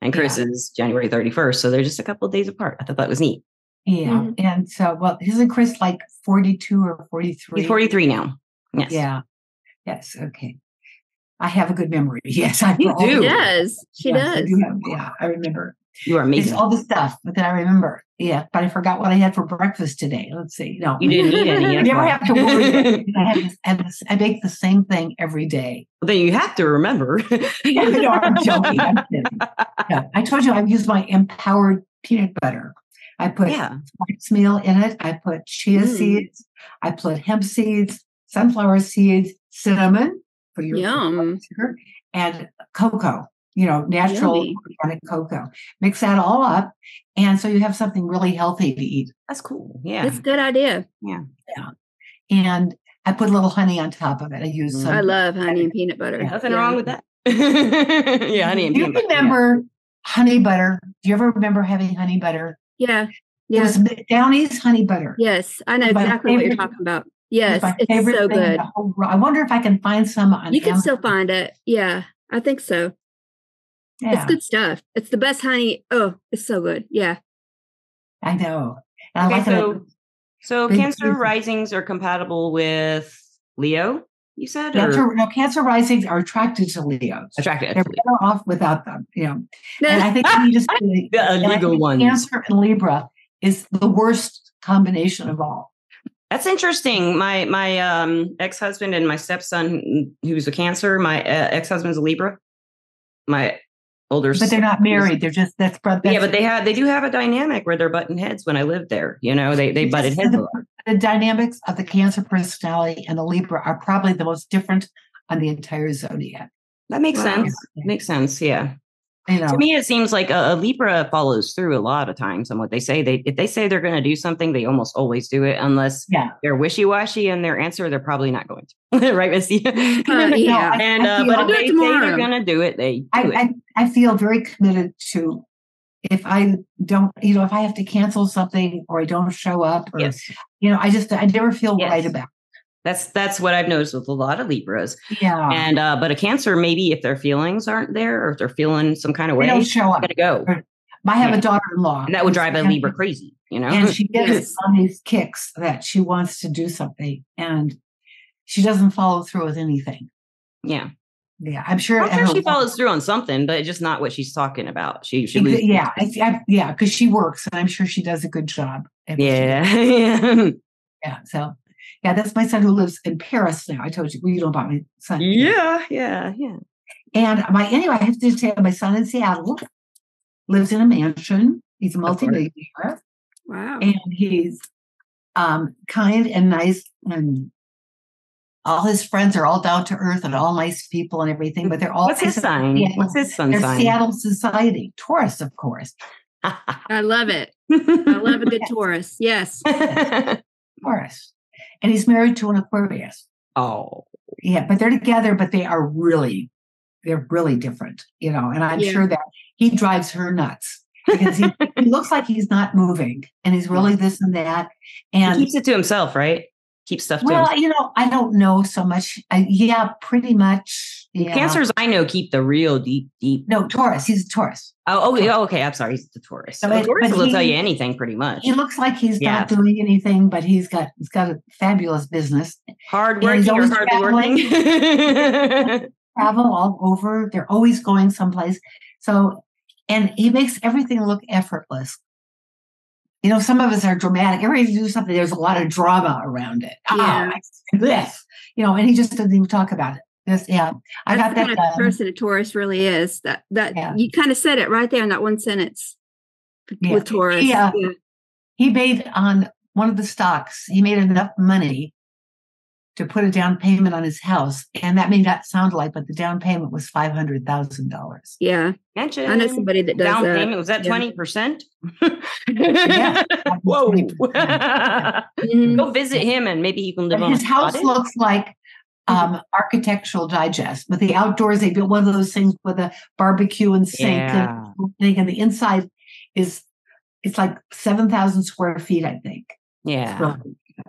Speaker 3: And Chris is January 31st. So they're just a couple of days apart. I thought that was neat.
Speaker 2: Yeah.
Speaker 3: Mm-hmm.
Speaker 2: And so well, isn't Chris like 42 or 43?
Speaker 3: He's 43 now. Yes.
Speaker 2: Yeah. Yes. Okay. I have a good memory. Yes, I
Speaker 3: You
Speaker 2: all-
Speaker 1: She
Speaker 3: do.
Speaker 1: does. She
Speaker 2: Yes, I
Speaker 1: does.
Speaker 2: do have- yeah, I remember.
Speaker 3: You are
Speaker 2: It's
Speaker 3: amazing.
Speaker 2: all the stuff that I remember. Yeah, but I forgot what I had for breakfast today. Let's see. No,
Speaker 3: You didn't need any.
Speaker 2: I
Speaker 3: that's
Speaker 2: never
Speaker 3: why.
Speaker 2: have to worry. I, have this, I, have this, I make the same thing every day.
Speaker 3: then you have to remember.
Speaker 2: no, I'm joking. I'm kidding. Yeah, I told you I use my empowered peanut butter. I put
Speaker 3: yeah.
Speaker 2: oatmeal in it. I put chia
Speaker 1: Mm.
Speaker 2: seeds. I put hemp seeds, sunflower seeds, cinnamon for your
Speaker 1: Yum.
Speaker 2: sugar, and cocoa. You know, natural
Speaker 1: Yummy.
Speaker 2: organic cocoa. Mix that all up, and so you have something really healthy to eat.
Speaker 3: That's cool. Yeah.
Speaker 1: That's a good idea.
Speaker 2: And I put a little honey on top of it. I use
Speaker 3: Mm.
Speaker 2: some.
Speaker 1: I love honey and peanut butter.
Speaker 3: Nothing
Speaker 1: Yeah.
Speaker 3: wrong with that. yeah, honey and
Speaker 2: Do you
Speaker 3: peanut butter, yeah.
Speaker 2: remember honey butter? Do you ever remember having honey butter?
Speaker 1: Yeah.
Speaker 2: It
Speaker 1: Yeah.
Speaker 2: was Downey's honey butter.
Speaker 1: Yes. I know
Speaker 2: my
Speaker 1: exactly what you're
Speaker 2: favorite-
Speaker 1: talking about.
Speaker 2: It's
Speaker 1: Yes.
Speaker 2: my
Speaker 1: It's
Speaker 2: favorite
Speaker 1: so
Speaker 2: thing in
Speaker 1: good.
Speaker 2: the whole world. I wonder if I can find some on
Speaker 1: You can still
Speaker 2: Amazon.
Speaker 1: find it. Yeah. I think so.
Speaker 2: Yeah.
Speaker 1: It's good stuff. It's the best honey. Oh, it's so good. Yeah.
Speaker 2: I know. I
Speaker 3: Okay,
Speaker 2: like it.
Speaker 3: so so
Speaker 2: Big
Speaker 3: Cancer
Speaker 2: difference.
Speaker 3: risings are compatible with Leo. You said
Speaker 2: Cancer,
Speaker 3: or
Speaker 2: no, cancer risings are attracted to Leos.
Speaker 3: attracted.
Speaker 2: They're better off without them. Yeah. And I think we just
Speaker 3: The
Speaker 2: and I
Speaker 3: illegal
Speaker 2: think
Speaker 3: ones.
Speaker 2: Cancer and Libra is the worst combination of all.
Speaker 3: That's interesting. My my um ex husband and my stepson, who- who's a Cancer. My uh, ex husband's a Libra. My older,
Speaker 2: But they're not married. They're just that's brother.
Speaker 3: yeah, but they had they do have a dynamic where they're butting heads. When I lived there, you know, they they butted heads. a lot.
Speaker 2: the dynamics of the Cancer personality and the Libra are probably the most different on the entire zodiac.
Speaker 3: That makes
Speaker 1: Wow.
Speaker 3: sense. Makes sense. Yeah.
Speaker 2: You know,
Speaker 3: To me, it seems like a, a Libra follows through a lot of times on what they say. They if they say they're going to do something, they almost always do it, unless
Speaker 2: Yeah.
Speaker 3: they're wishy washy in their answer. They're probably not going to, right, Missy?
Speaker 1: Uh,
Speaker 2: No,
Speaker 1: yeah.
Speaker 2: I-
Speaker 3: and
Speaker 2: I
Speaker 3: uh,
Speaker 2: feel-
Speaker 3: but
Speaker 1: I'll
Speaker 3: if
Speaker 1: do it
Speaker 3: they say
Speaker 1: tomorrow.
Speaker 3: they're going to do it, they do it.
Speaker 2: I, I I feel very committed to if I don't, you know, if I have to cancel something or I don't show up or
Speaker 3: yes,
Speaker 2: you know, I just I never feel
Speaker 3: Yes.
Speaker 2: right about.
Speaker 3: that's that's what I've noticed with a lot of Libras.
Speaker 2: It. Yeah,
Speaker 3: And uh, but a Cancer, maybe if their feelings aren't there or if they're feeling some kind of
Speaker 2: they
Speaker 3: way,
Speaker 2: don't show up.
Speaker 3: gotta go,
Speaker 2: I have
Speaker 3: Yeah.
Speaker 2: a daughter-in-law,
Speaker 3: and that would
Speaker 2: who's
Speaker 3: drive a
Speaker 2: kind of-
Speaker 3: Libra crazy, you know.
Speaker 2: and she gets
Speaker 1: Yes.
Speaker 2: on these kicks that she wants to do something and she doesn't follow through with anything.
Speaker 3: yeah,
Speaker 2: Yeah, I'm sure.
Speaker 3: I'm
Speaker 2: at her
Speaker 3: sure she
Speaker 2: work-
Speaker 3: follows through on something, but just not what she's talking about. She she loses
Speaker 2: Exa- Yeah, I, see- I, yeah, because she works, and I'm sure she does a good job. And she-
Speaker 3: Yeah.
Speaker 2: yeah. So, yeah, that's my son who lives in Paris now. I told you, well, you know about my son.
Speaker 3: yeah. Yeah. Yeah.
Speaker 2: And my anyway, I have to say, my son in Seattle lives in a mansion. He's a
Speaker 3: course.
Speaker 2: multimillionaire,
Speaker 1: wow.
Speaker 2: and he's um, kind and nice, and all his friends are all down to earth and all nice people and everything. But they're all
Speaker 3: What's his sign?
Speaker 2: Seattle.
Speaker 3: What's his sun
Speaker 2: They're
Speaker 3: sign?
Speaker 2: Seattle society, Taurus, of course.
Speaker 1: I love it. I love a good Taurus. Yes.
Speaker 2: Taurus, and he's married to an Aquarius.
Speaker 3: oh,
Speaker 2: Yeah, but they're together, but they are really, they're really different, you know. And I'm
Speaker 1: Yeah.
Speaker 2: sure that he drives her nuts because he, he looks like he's not moving and he's really this and that.
Speaker 3: he
Speaker 2: And
Speaker 3: keeps it to himself, right? Keeps stuff to
Speaker 2: well,
Speaker 3: himself.
Speaker 2: you know, I don't know so much. I, yeah, pretty much. Yeah.
Speaker 3: Cancers I know keep the real deep, deep.
Speaker 2: No, Taurus. He's a Taurus.
Speaker 3: Oh, oh, yeah, okay. I'm sorry. He's the Taurus.
Speaker 2: So
Speaker 3: The
Speaker 2: it-
Speaker 3: Taurus
Speaker 2: but
Speaker 3: will tell
Speaker 2: he-
Speaker 3: you anything pretty much.
Speaker 2: He looks like he's
Speaker 3: Yeah.
Speaker 2: not doing anything, but he's got he's got a fabulous business.
Speaker 3: Hard
Speaker 2: Yeah, he's
Speaker 3: working or
Speaker 2: always
Speaker 3: hardly working.
Speaker 2: Travel all over. They're always going someplace. So, and he makes everything look effortless. You know, some of us are dramatic. Every time you do something, there's a lot of drama around it. Oh,
Speaker 1: Yeah.
Speaker 2: I did this, you know, and he just doesn't even talk about it. This, yeah, I
Speaker 1: That's
Speaker 2: got
Speaker 1: the
Speaker 2: that
Speaker 1: kind of
Speaker 2: done.
Speaker 1: person a Taurus really is. That that
Speaker 2: Yeah.
Speaker 1: you kind of said it right there in that one sentence
Speaker 2: Yeah.
Speaker 1: with Taurus.
Speaker 2: Yeah. He made on one of the stocks. He made enough money to put a down payment on his house, and that may not sound like, but the down payment was five hundred thousand dollars.
Speaker 1: Yeah.
Speaker 3: Mention.
Speaker 1: I know somebody that does
Speaker 3: Down
Speaker 1: that.
Speaker 3: payment was that
Speaker 1: Yeah.
Speaker 3: twenty percent?
Speaker 2: Yeah.
Speaker 3: Whoa!
Speaker 1: Mhm.
Speaker 3: Go visit him and maybe he can live
Speaker 2: But
Speaker 3: on
Speaker 2: his
Speaker 3: a Mm-hmm.
Speaker 2: house
Speaker 3: cottage.
Speaker 2: looks like um, architectural digest, but the outdoors they built one of those things with a barbecue and sink
Speaker 3: Yeah.
Speaker 2: and, everything, and the inside is it's like seven thousand square feet, I think.
Speaker 3: Yeah.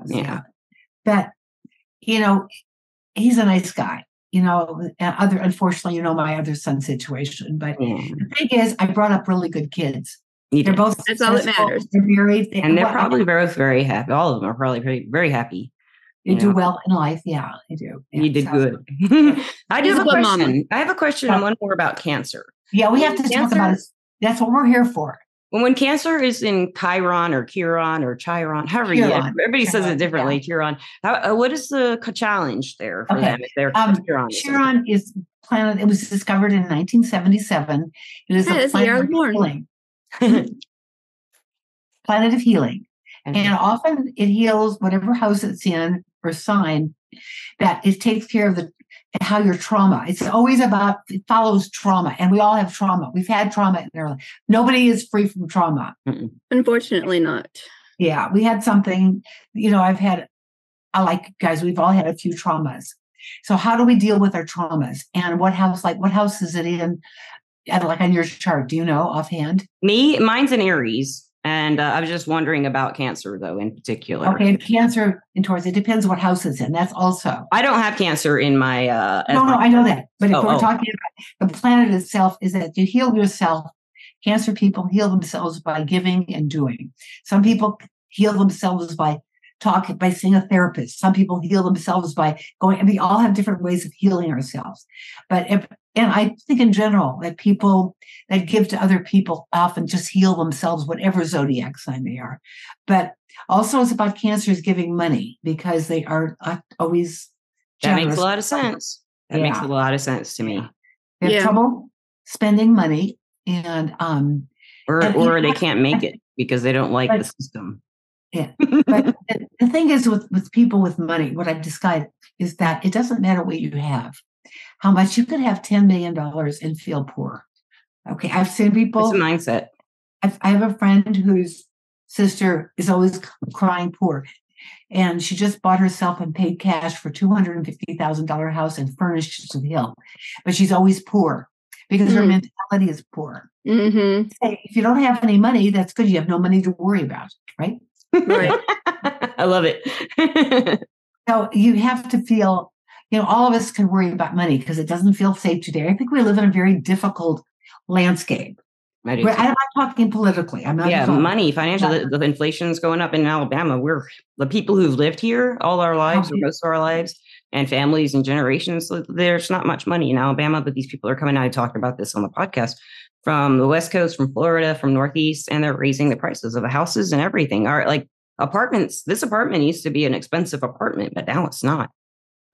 Speaker 3: Yeah.
Speaker 2: But you know, he's a nice guy. You know, and other unfortunately, you know my other son situation. But
Speaker 3: Yeah.
Speaker 2: the thing is, I brought up really good kids.
Speaker 3: Mm-hmm. You
Speaker 2: They're
Speaker 3: did.
Speaker 2: both
Speaker 1: That's all that
Speaker 2: successful,
Speaker 1: matters.
Speaker 2: They're married, they-
Speaker 3: and they're
Speaker 2: well,
Speaker 3: probably both very happy. All of them are probably very, very happy.
Speaker 2: they
Speaker 3: yeah.
Speaker 2: do well in life. Yeah, they do.
Speaker 3: you
Speaker 2: Yeah,
Speaker 3: did
Speaker 2: so-
Speaker 3: good. I do
Speaker 1: She's
Speaker 3: have
Speaker 1: a good
Speaker 3: a question.
Speaker 1: mama.
Speaker 3: I have a question and one more about cancer.
Speaker 2: Yeah, we have to talk about it.
Speaker 3: Cancers-
Speaker 2: That's what we're here for.
Speaker 3: When, when cancer is in Chiron or Chiron or Chiron, however you,
Speaker 2: Chiron.
Speaker 3: everybody says
Speaker 2: Chiron,
Speaker 3: it differently. Chiron. How, uh, what is the c- challenge there for
Speaker 2: Okay.
Speaker 3: them if they're
Speaker 2: Um,
Speaker 3: Chiron? is in-
Speaker 2: Chiron is planet. It was discovered in 1977. It is
Speaker 1: Yeah,
Speaker 2: a
Speaker 1: it's the year I was
Speaker 2: planet of
Speaker 1: born.
Speaker 2: healing. planet of healing, and often it heals whatever house it's in or sign that it takes care of the how your trauma. It's always about it follows trauma, and we all have trauma. We've had trauma in our life. Nobody is free from trauma.
Speaker 1: Unfortunately not.
Speaker 2: Yeah, we had something, you know, I've had, I like guys, we've all had a few traumas. So how do we deal with our traumas? And what house, like what house is it in? And like on your chart, do you know offhand?
Speaker 3: Me, mine's an Aries, and uh, I was just wondering about cancer though in particular.
Speaker 2: Okay, and Cancer and Taurus, it depends what house it's in. That's also.
Speaker 3: I don't have cancer in my. Uh, as
Speaker 2: No, no,
Speaker 3: my-
Speaker 2: I know that. But if
Speaker 3: Oh,
Speaker 2: we're
Speaker 3: oh.
Speaker 2: talking about the planet itself, is that you heal yourself. Cancer people heal themselves by giving and doing. Some people heal themselves by talk by seeing a therapist. Some people heal themselves by going, and we all have different ways of healing ourselves. But if, and I think in general that people that give to other people often just heal themselves, whatever zodiac sign they are. But also, it's about cancers giving money because they are not always.
Speaker 3: That
Speaker 2: generous.
Speaker 3: makes a lot of sense. That
Speaker 2: Yeah.
Speaker 3: makes a lot of sense to me.
Speaker 2: They have
Speaker 1: Yeah.
Speaker 2: trouble spending money, and um,
Speaker 3: Or
Speaker 2: And you
Speaker 3: or they
Speaker 2: have-
Speaker 3: can't make it because they don't like the
Speaker 2: But-
Speaker 3: system.
Speaker 2: but the, the thing is with with people with money what i've discovered is that it doesn't matter what you have how much you could have 10 million dollars and feel poor okay i've seen people
Speaker 3: It's a mindset.
Speaker 2: I've, I have a friend whose sister is always c- crying poor and she just bought herself and paid cash for $250,000 house and furnished it to the hill but she's always poor because her
Speaker 3: Mm-hmm.
Speaker 1: Hmm.
Speaker 2: mentality is poor
Speaker 1: Mm-hmm.
Speaker 2: Hey, if you don't have any money that's good you have no money to worry about right
Speaker 1: Right.
Speaker 3: I love it.
Speaker 2: So you have to feel, you know, all of us can worry about money because it doesn't feel safe today. I think we live in a very difficult landscape.
Speaker 3: I do
Speaker 2: Where-
Speaker 3: too.
Speaker 2: I'm not talking politically. I'm not.
Speaker 3: yeah,
Speaker 2: talking-
Speaker 3: money, financial, the, the inflation's going up in Alabama. We're the people who've lived here all our lives, or
Speaker 2: Oh, yeah.
Speaker 3: most of our lives, and families and generations. so There's not much money in Alabama, but these people are coming out and talking about this on the podcast from the West Coast, from Florida, from Northeast, and they're raising the prices of houses and everything. Our like apartments. This apartment used to be an expensive apartment, but now it's not.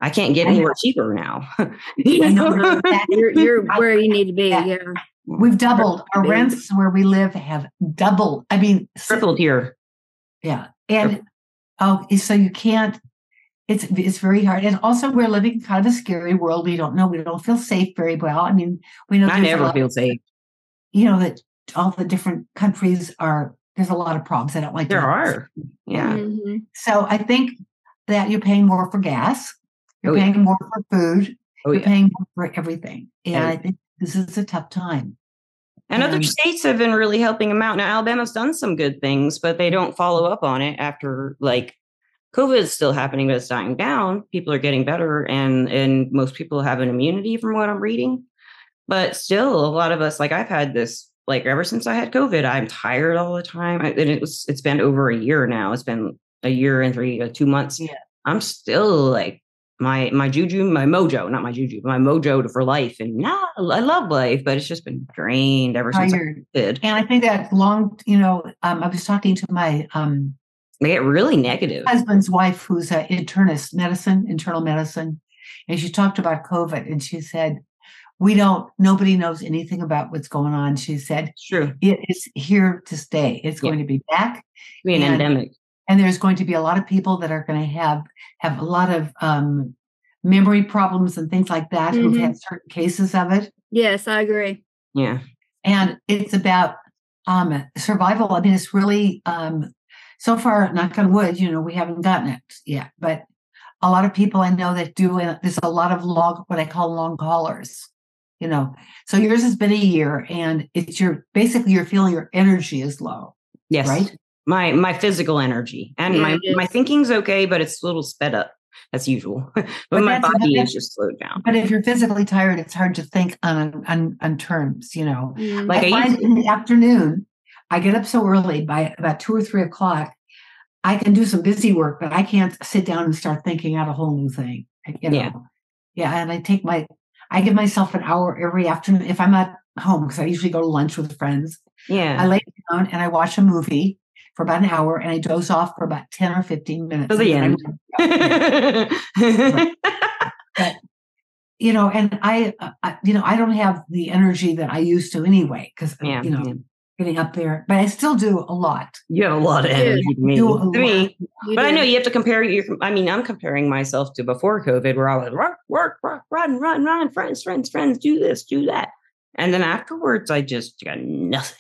Speaker 3: I can't get
Speaker 2: I know.
Speaker 3: anywhere cheaper now.
Speaker 2: I know that
Speaker 1: You're you're
Speaker 2: I-
Speaker 1: where you need to be.
Speaker 2: Yeah.
Speaker 1: Yeah.
Speaker 2: We've doubled our rents where we live have doubled. I mean, s-
Speaker 3: Tripled here.
Speaker 2: yeah, and oh, so you can't. It's it's very hard, and also we're living in kind of a scary world. We don't know. We don't feel safe very well. I mean, we know
Speaker 3: I
Speaker 2: there's a
Speaker 3: never
Speaker 2: lot-
Speaker 3: feel safe.
Speaker 2: you know that all the different countries are. There's a lot of problems. I don't like to-
Speaker 3: There are. Yeah.
Speaker 1: Mhm.
Speaker 2: So I think that you're paying more for gas, you're
Speaker 3: Oh, yeah.
Speaker 2: paying more for food,
Speaker 3: Oh,
Speaker 2: you're
Speaker 3: yeah.
Speaker 2: paying more for everything. And
Speaker 3: Yeah.
Speaker 2: I think this is a tough time.
Speaker 3: And other
Speaker 2: And-
Speaker 3: states have been really helping them out. Now Alabama's done some good things, but they don't follow up on it after like COVID is still happening, but it's dying down. People are getting better and and most people have an immunity from what I'm reading. But still a lot of us, like I've had this like ever since I had COVID, I'm tired all the time. I, and it was it's been over a year now. It's been a year and three uh, two months.
Speaker 2: Yeah.
Speaker 3: I'm still like my my juju, my mojo, not my juju, my mojo for life. And now I love life, but it's just been drained ever since I
Speaker 2: Tired.
Speaker 3: did.
Speaker 2: And I think that long, you know, um, I was talking to my um,
Speaker 3: They get really negative.
Speaker 2: husband's wife, who's an internist, medicine, internal medicine, and she talked about COVID and she said, we don't, nobody knows anything about what's going on. She said,
Speaker 3: It's true.
Speaker 2: it is here to stay. It's
Speaker 3: Yeah.
Speaker 2: going to be back.
Speaker 3: Be an
Speaker 2: And-
Speaker 3: endemic.
Speaker 2: and there's going to be a lot of people that are going to have have a lot of um, memory problems and things like that who've
Speaker 1: Mhm.
Speaker 2: had certain cases of it
Speaker 1: Yes, I agree.
Speaker 3: Yeah.
Speaker 2: and it's about um, survival i mean it's really um, so far knock on wood you know we haven't gotten it yet but a lot of people i know that do and there's a lot of long what i call long haulers you know so yours has been a year and it's your basically you're feeling your energy is low
Speaker 3: Yes.
Speaker 2: right
Speaker 3: My my physical energy and
Speaker 1: Yeah,
Speaker 3: my
Speaker 1: it is.
Speaker 3: my thinking's okay, but it's a little sped up as usual. but,
Speaker 2: But
Speaker 3: my
Speaker 2: that's-
Speaker 3: body
Speaker 2: that's-
Speaker 3: is just slowed down.
Speaker 2: but if you're physically tired it's hard to think on on, on terms you know
Speaker 1: Mhm.
Speaker 3: Like
Speaker 2: I
Speaker 3: I
Speaker 2: find
Speaker 3: used
Speaker 2: in the afternoon, I get up so early by about two or three o'clock. I can do some busy work, but I can't sit down and start thinking out a whole new thing. You know?
Speaker 3: Yeah.
Speaker 2: Yeah. And I take my, I give myself an hour every afternoon if I'm not home, because I usually go to lunch with friends. I
Speaker 3: Yeah.
Speaker 2: lay down and I watch a movie for about an hour and I doze off for about 10 or 15 minutes.
Speaker 3: To the
Speaker 2: and then I'm- you know, and I, uh, I, you know, I don't have the energy that I used to anyway, because,
Speaker 3: yeah.
Speaker 2: you know,
Speaker 3: yeah.
Speaker 2: getting up there, but I still do a lot.
Speaker 3: You have a lot of
Speaker 1: Yeah,
Speaker 3: energy to me.
Speaker 2: do a
Speaker 3: To me.
Speaker 2: lot.
Speaker 1: You
Speaker 3: But I
Speaker 1: do.
Speaker 3: know you have to compare your. I mean, I'm comparing myself to before COVID, where I was work, work, work, run, run, run, friends, friends, friends, do this, do that, and then afterwards, I just got nothing.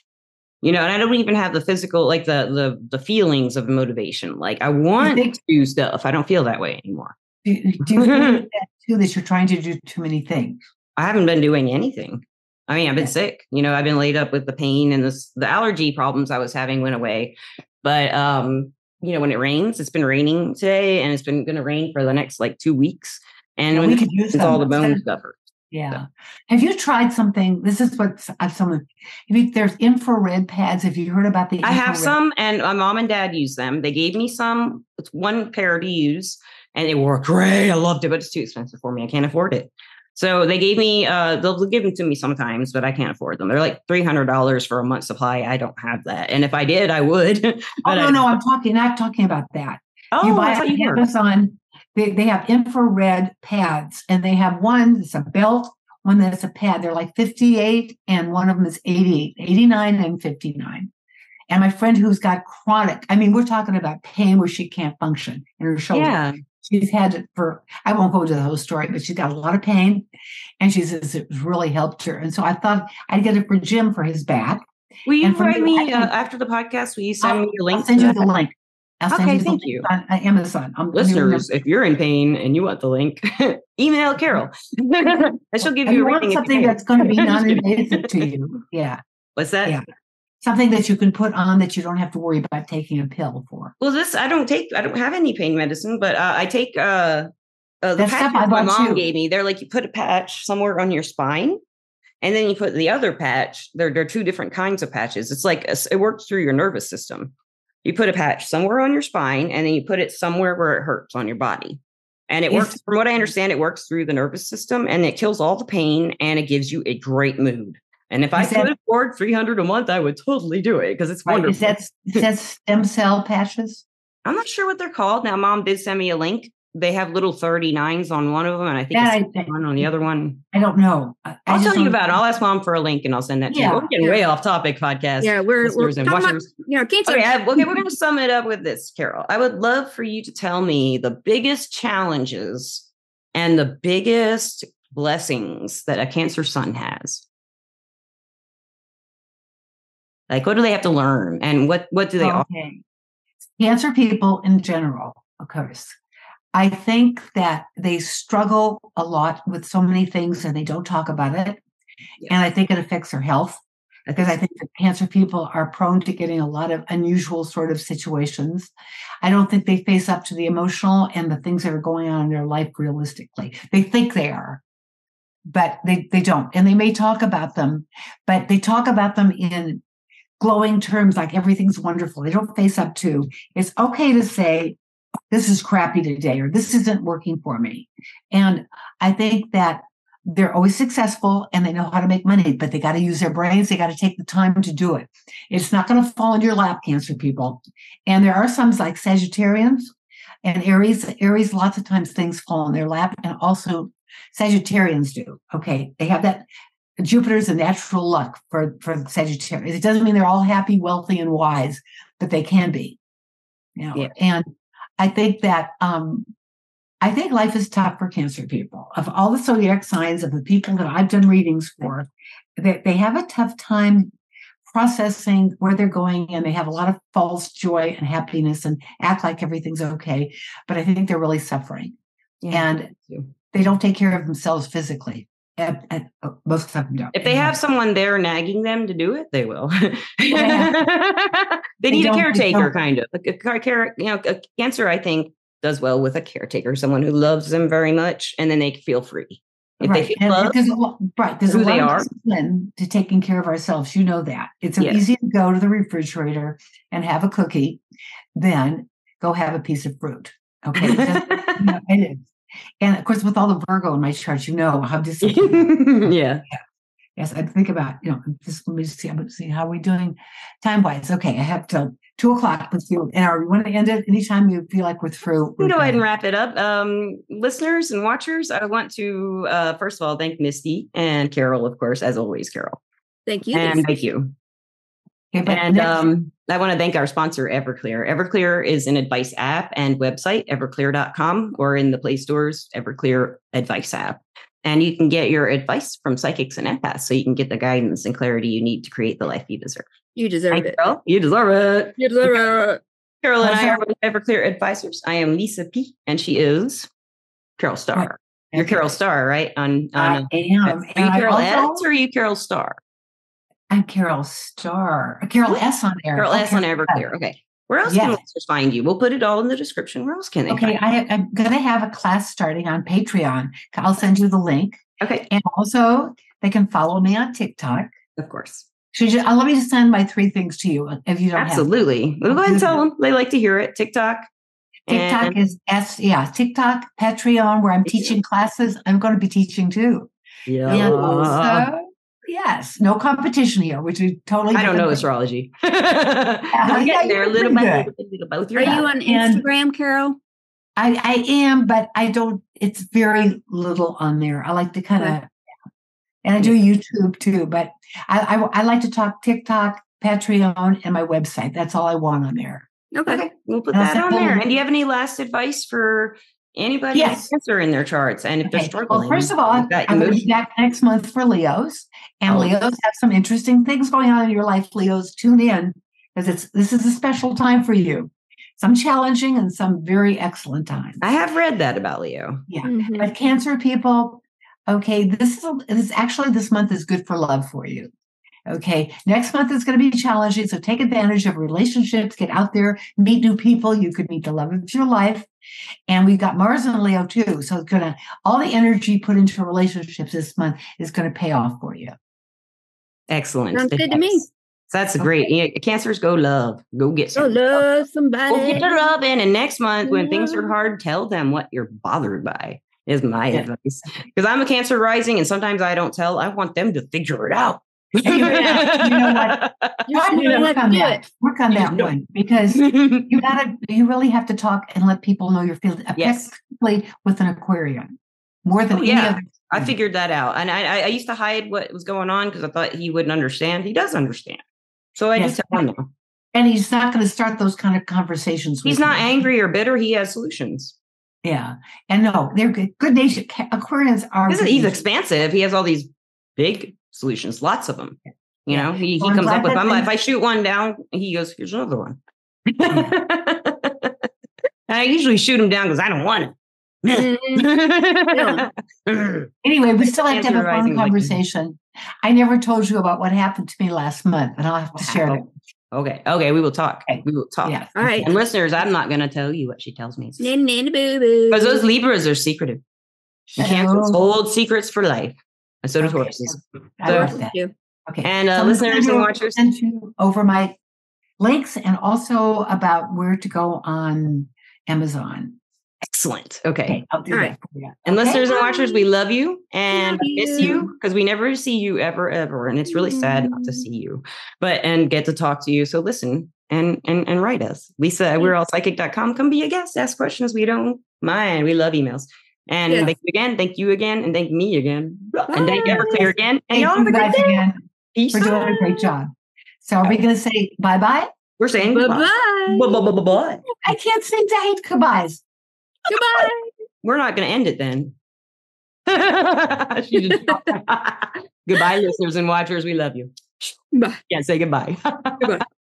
Speaker 3: You know, and I don't even have the physical, like the the the feelings of motivation. Like I want
Speaker 2: think-
Speaker 3: to do stuff. I don't feel that way anymore.
Speaker 2: Do, do you feel like that too that you're trying to do too many things?
Speaker 3: I haven't been doing anything. I mean, I've been
Speaker 2: Yeah.
Speaker 3: sick. You know, I've been laid up with the pain and this the allergy problems I was having went away. But um, you know, when it rains, it's been raining today and it's been gonna rain for the next like two weeks. And
Speaker 2: And
Speaker 3: when
Speaker 2: we
Speaker 3: it
Speaker 2: could use
Speaker 3: it's all the
Speaker 2: them.
Speaker 3: bones covered.
Speaker 2: Yeah. Have you tried something? This is what I've someone. If you, there's infrared pads. Have you heard about the?
Speaker 3: I have
Speaker 2: infrared-
Speaker 3: some, and my mom and dad use them. They gave me some, it's one pair to use, and they were great. I loved it, but it's too expensive for me. I can't afford it. So they gave me, uh, they'll give them to me sometimes, but I can't afford them. They're like three hundred dollars for a month supply. I don't have that, and if I did, I would. but
Speaker 2: Oh no,
Speaker 3: I,
Speaker 2: no, I'm talking. Not talking about that.
Speaker 3: oh,
Speaker 2: you buy
Speaker 3: I
Speaker 2: it
Speaker 3: thought you
Speaker 2: on
Speaker 3: were.
Speaker 2: Amazon. They, they have infrared pads, and they have one that's a belt, one that's a pad. They're like 58, and one of them is 88, 89, and 59. And my friend who's got chronic, I mean, we're talking about pain where she can't function in her shoulder.
Speaker 3: Yeah,
Speaker 2: She's had it for, I won't go into the whole story, but she's got a lot of pain. And she says it really helped her. And so I thought I'd get it for Jim for his back.
Speaker 3: will you
Speaker 2: And for
Speaker 3: write
Speaker 2: me, I
Speaker 3: me uh,
Speaker 2: think-
Speaker 3: after the podcast? Will you send me a link?
Speaker 2: I'll send
Speaker 3: to
Speaker 2: you
Speaker 3: that?
Speaker 2: the link. I'll send
Speaker 3: Okay,
Speaker 2: you the
Speaker 3: thank
Speaker 2: link
Speaker 3: you.
Speaker 2: on uh, Amazon. I'm-
Speaker 3: Listeners, if you're in pain and you want the link, email Carol. and she'll give
Speaker 2: And
Speaker 3: you
Speaker 2: you
Speaker 3: a
Speaker 2: want
Speaker 3: reading. if you
Speaker 2: something
Speaker 3: can.
Speaker 2: that's going to be
Speaker 3: Just kidding.
Speaker 2: non-invasive to you. Yeah,
Speaker 3: What's that?
Speaker 2: Yeah. something that you can put on that you don't have to worry about taking a pill for.
Speaker 3: Well, this I don't take. I don't have any pain medicine, but uh, I take uh, uh the
Speaker 2: That stuff
Speaker 3: patch
Speaker 2: I
Speaker 3: my
Speaker 2: bought
Speaker 3: mom
Speaker 2: too.
Speaker 3: gave me. They're like you put a patch somewhere on your spine, and then you put the other patch. There, there are two different kinds of patches. It's like a s it works through your nervous system. You put a patch somewhere on your spine, and then you put it somewhere where it hurts on your body. And it
Speaker 2: Yes.
Speaker 3: works, from what I understand, it works through the nervous system and it kills all the pain and it gives you a great mood. And if I
Speaker 2: Is that-
Speaker 3: could afford 300 a month, I would totally do it because it's
Speaker 2: Right?
Speaker 3: wonderful.
Speaker 2: Is that is that stem cell patches?
Speaker 3: I'm not sure what they're called. Now, mom did send me a link. They have little 39s on one of them, and I think
Speaker 2: That I,
Speaker 3: it's one on the other one.
Speaker 2: I don't know. I, I
Speaker 3: I'll
Speaker 2: just
Speaker 3: tell you
Speaker 2: don't-
Speaker 3: about it. I'll ask mom for a link and I'll send that to you.
Speaker 2: Yeah.
Speaker 3: We're getting way off topic podcast.
Speaker 1: Yeah, we're, we're
Speaker 3: listeners
Speaker 1: talking
Speaker 3: and
Speaker 1: about,
Speaker 3: watchers.
Speaker 1: you know, cancer.
Speaker 3: Okay, I, okay, we're going to sum it up with this, Carol. I would love for you to tell me the biggest challenges and the biggest blessings that a cancer son has. Like, what do they have to learn, and what what do they? all
Speaker 2: okay. Cancer people in general, of course. I think that they struggle a lot with so many things and they don't talk about it.
Speaker 3: Yeah.
Speaker 2: And I think it affects their health because I think that cancer people are prone to getting a lot of unusual sort of situations. I don't think they face up to the emotional and the things that are going on in their life realistically. They think they are, but they, they don't. And they may talk about them, but they talk about them in glowing terms like everything's wonderful. They don't face up to it's okay to say, this is crappy today or this isn't working for me. And I think that they're always successful and they know how to make money, but they got to use their brains. They got to take the time to do it. It's not going to fall into your lap, cancer people. And there are some like Sagittarians and Aries. Aries, lots of times things fall in their lap, and also Sagittarians do. Okay, they have that. Jupiter's a natural luck for for Sagittarius. It doesn't mean they're all happy, wealthy, and wise, but they can be. You know,
Speaker 3: Yeah.
Speaker 2: and I think that um, I think life is tough for cancer people. Of all the zodiac signs of the people that I've done readings for, that they have a tough time processing where they're going and they have a lot of false joy and happiness and act like everything's okay. But I think they're really suffering and they don't take care of themselves physically. Uh, uh, uh, most of them don't.
Speaker 3: If they have someone there nagging them to do it, they will. they need a
Speaker 2: don't- they
Speaker 3: caretaker,
Speaker 2: don't.
Speaker 3: kind of. A, a care, you know, a cancer, I think, does well with a caretaker, someone who loves them very much, and then they feel free. If
Speaker 2: right.
Speaker 3: they feel
Speaker 2: And
Speaker 3: loved,
Speaker 2: there's a lot, right. There's a
Speaker 3: who
Speaker 2: lot
Speaker 3: they
Speaker 2: of
Speaker 3: are.
Speaker 2: discipline to taking care of ourselves. You know that. It's
Speaker 3: Yes.
Speaker 2: easy to go to the refrigerator and have a cookie, then go have a piece of fruit. Okay. It doesn't- you know, it is. And of course, with all the Virgo in my chart, you know how disciplined
Speaker 3: yeah,
Speaker 2: Yes, I think about, you know, just let me see, I'm gonna see how we doing time wise. Okay, I have till two o'clock with you. And are we want to end it anytime you feel like we're through?
Speaker 3: we
Speaker 2: we're
Speaker 3: can go ahead
Speaker 2: done.
Speaker 3: and wrap it up. Um, listeners and watchers, I want to uh, first of all thank Misty and Carol, of course, as always, Carol,
Speaker 1: Thank you.
Speaker 3: and thank you.
Speaker 2: Okay, but
Speaker 3: And
Speaker 2: next-
Speaker 3: um, I want to thank our sponsor, Everclear. Everclear is an advice app and website, everclear.com, or in the Play Stores, Everclear Advice app. And you can get your advice from psychics and empaths so you can get the guidance and clarity you need to create the life you deserve.
Speaker 1: You deserve
Speaker 3: Thank
Speaker 1: it.
Speaker 3: you, Carol. You deserve it.
Speaker 1: You deserve it.
Speaker 3: Carol and I are
Speaker 2: Pleasure.
Speaker 3: both Everclear advisors. I am Lisa P, and she is Carol Starr. You're Carol Starr, right? On,
Speaker 2: I
Speaker 3: on
Speaker 2: am.
Speaker 3: are you
Speaker 2: and I
Speaker 3: Carol
Speaker 2: also-
Speaker 3: S or are you Carol Starr?
Speaker 2: I'm Carol Starr. Carol S on air.
Speaker 3: Carol
Speaker 2: Oh,
Speaker 3: S on Everclear. Okay. Where else can
Speaker 2: Yes.
Speaker 3: listeners find you? We'll put it all in the description. Where else can they find
Speaker 2: Okay, I, I'm going to have a class starting on Patreon. I'll send you the link.
Speaker 3: Okay.
Speaker 2: And also, they can follow me on TikTok.
Speaker 3: Of course.
Speaker 2: Should you, uh, let me just send my three things to you uh, if you don't
Speaker 3: Absolutely. Well, go ahead and tell them. They like to hear it. TikTok.
Speaker 2: have it. TikTok
Speaker 3: and-
Speaker 2: is S yeah, TikTok, Patreon, where I'm
Speaker 3: Patreon.
Speaker 2: teaching classes. I'm going to be teaching too.
Speaker 3: yeah.
Speaker 2: And also, yes, no competition here, which is totally
Speaker 3: I don't know
Speaker 2: different.
Speaker 3: astrology. I'm
Speaker 2: yeah,
Speaker 3: getting there
Speaker 2: you're
Speaker 3: little by
Speaker 2: pretty
Speaker 3: little, by little, both
Speaker 1: Are
Speaker 3: your
Speaker 1: you on
Speaker 2: And-
Speaker 1: Instagram, Carol?
Speaker 2: I, I am, but I don't, it's very little on there. I like to kind of, and I do YouTube too, but I, I, I like to talk TikTok, Patreon, and my website. That's all I want on there.
Speaker 1: Okay.
Speaker 3: Okay, we'll put
Speaker 2: That's
Speaker 3: that on
Speaker 2: cool.
Speaker 3: there. And do you have any last advice for anybody with
Speaker 2: Yes.
Speaker 3: cancer in their charts? And if they're
Speaker 2: Okay,
Speaker 3: struggling,
Speaker 2: Well, first of all,
Speaker 3: with that
Speaker 2: I'm going to be
Speaker 3: emotion-
Speaker 2: back next month for Leos, and
Speaker 3: Oh.
Speaker 2: Leos have some interesting things going on in your life. Leos, tune in because it's this is a special time for you. Some challenging and some very excellent times.
Speaker 3: I have read that about Leo.
Speaker 2: Yeah.
Speaker 1: Mhm.
Speaker 2: But cancer people, okay, this is this actually this month is good for love for you. Okay, next month is going to be challenging, so take advantage of relationships. Get out there, meet new people. You could meet the love of your life, and we've got Mars and Leo too. So it's gonna all the energy put into relationships this month is going to pay off for you.
Speaker 3: Excellent.
Speaker 1: Sounds good to me.
Speaker 3: Yes. So that's great. Yeah, cancers go love. Go get
Speaker 1: Go
Speaker 3: some.
Speaker 1: love somebody.
Speaker 3: Go get your love in. And next month, when things are
Speaker 1: Yeah.
Speaker 3: hard, tell them what you're bothered by. Is my
Speaker 2: Yeah.
Speaker 3: advice because I'm a cancer rising, and sometimes I don't tell. I want them to figure it out.
Speaker 2: And you- you know what?
Speaker 1: You should
Speaker 2: Try to
Speaker 1: know how
Speaker 2: work
Speaker 1: to
Speaker 2: on
Speaker 1: do
Speaker 2: that.
Speaker 1: it.
Speaker 2: Work on
Speaker 3: You
Speaker 2: that
Speaker 3: know.
Speaker 2: one because you gotta you really have to talk and let people know your feelings,
Speaker 3: Yes.
Speaker 2: particularly with an aquarium, more than
Speaker 3: Oh,
Speaker 2: any
Speaker 3: yeah.
Speaker 2: other.
Speaker 3: I figured that out. And I, I, I used to hide what was going on because I thought he wouldn't understand. He does understand. So I
Speaker 2: Yes.
Speaker 3: just tell him now.
Speaker 2: And he's not going to start those kind of conversations.
Speaker 3: He's
Speaker 2: with
Speaker 3: not
Speaker 2: you.
Speaker 3: angry or bitter. He has solutions.
Speaker 2: Yeah. And no, they're good. Good natured. Ca- Aquarians are.
Speaker 3: He's,
Speaker 2: good
Speaker 3: he's
Speaker 2: natured.
Speaker 3: expansive. He has all these big solutions, lots of them. You know, he, he
Speaker 2: Well, I'm
Speaker 3: comes
Speaker 2: glad
Speaker 3: up with,
Speaker 2: that
Speaker 3: I'm,
Speaker 2: thing-
Speaker 3: if I shoot one down, he goes, here's another one.
Speaker 2: Mm.
Speaker 3: And I usually shoot him down because I don't want
Speaker 1: Mhm.
Speaker 2: Mm-hmm.
Speaker 3: him.
Speaker 2: Anyway, we still have to have a
Speaker 3: Characterizing
Speaker 2: phone
Speaker 3: like-
Speaker 2: conversation. I never told you about what happened to me last month, and I'll have to share it.
Speaker 3: okay. Okay. We will talk.
Speaker 2: Okay.
Speaker 3: We will talk.
Speaker 2: Yeah.
Speaker 1: All right.
Speaker 3: And listeners, I'm not going to tell you what she tells me.
Speaker 1: Nin, nin, boo, boo.
Speaker 3: Because those Libras are secretive. You can't
Speaker 2: Oh.
Speaker 3: hold secrets for life. And so do
Speaker 2: Okay.
Speaker 3: Tauruses.
Speaker 2: I love
Speaker 3: So-
Speaker 2: that.
Speaker 1: You.
Speaker 2: Okay.
Speaker 3: And uh,
Speaker 2: So I'm
Speaker 3: listeners
Speaker 2: gonna
Speaker 3: and watchers,
Speaker 2: Send you over my links and also about where to go on Amazon.
Speaker 3: excellent. Okay.
Speaker 2: Okay. I'll do
Speaker 1: All
Speaker 2: that. for you.
Speaker 3: And
Speaker 2: Okay?
Speaker 3: listeners and watchers, we love you
Speaker 1: Love
Speaker 3: and we miss you
Speaker 1: you.
Speaker 3: because we never see you ever, ever. And it's really sad not to
Speaker 1: Mm.
Speaker 3: see you, but and get to talk to you. So listen and and and write us. Lisa at we're all psychic.com. Come be a guest, ask questions. We don't mind. We love emails. And
Speaker 1: Yes.
Speaker 3: thank you again. Thank you again. And thank me again. And thank
Speaker 1: Bye.
Speaker 3: Everclear again.
Speaker 2: Thank
Speaker 3: And y'all
Speaker 2: you
Speaker 3: have a
Speaker 2: guys
Speaker 3: good day.
Speaker 2: again
Speaker 3: Peace
Speaker 2: for doing a
Speaker 3: out.
Speaker 2: great job. So are we going to say bye bye?
Speaker 3: We're saying
Speaker 1: Bye
Speaker 3: goodbye.
Speaker 1: bye.
Speaker 3: Bye, bye, bye, bye, bye.
Speaker 2: I can't seem to hate goodbyes.
Speaker 1: Goodbye.
Speaker 3: We're not going to end it then. She just- goodbye, listeners and watchers. We love you.
Speaker 1: Bye.
Speaker 3: Can't say goodbye.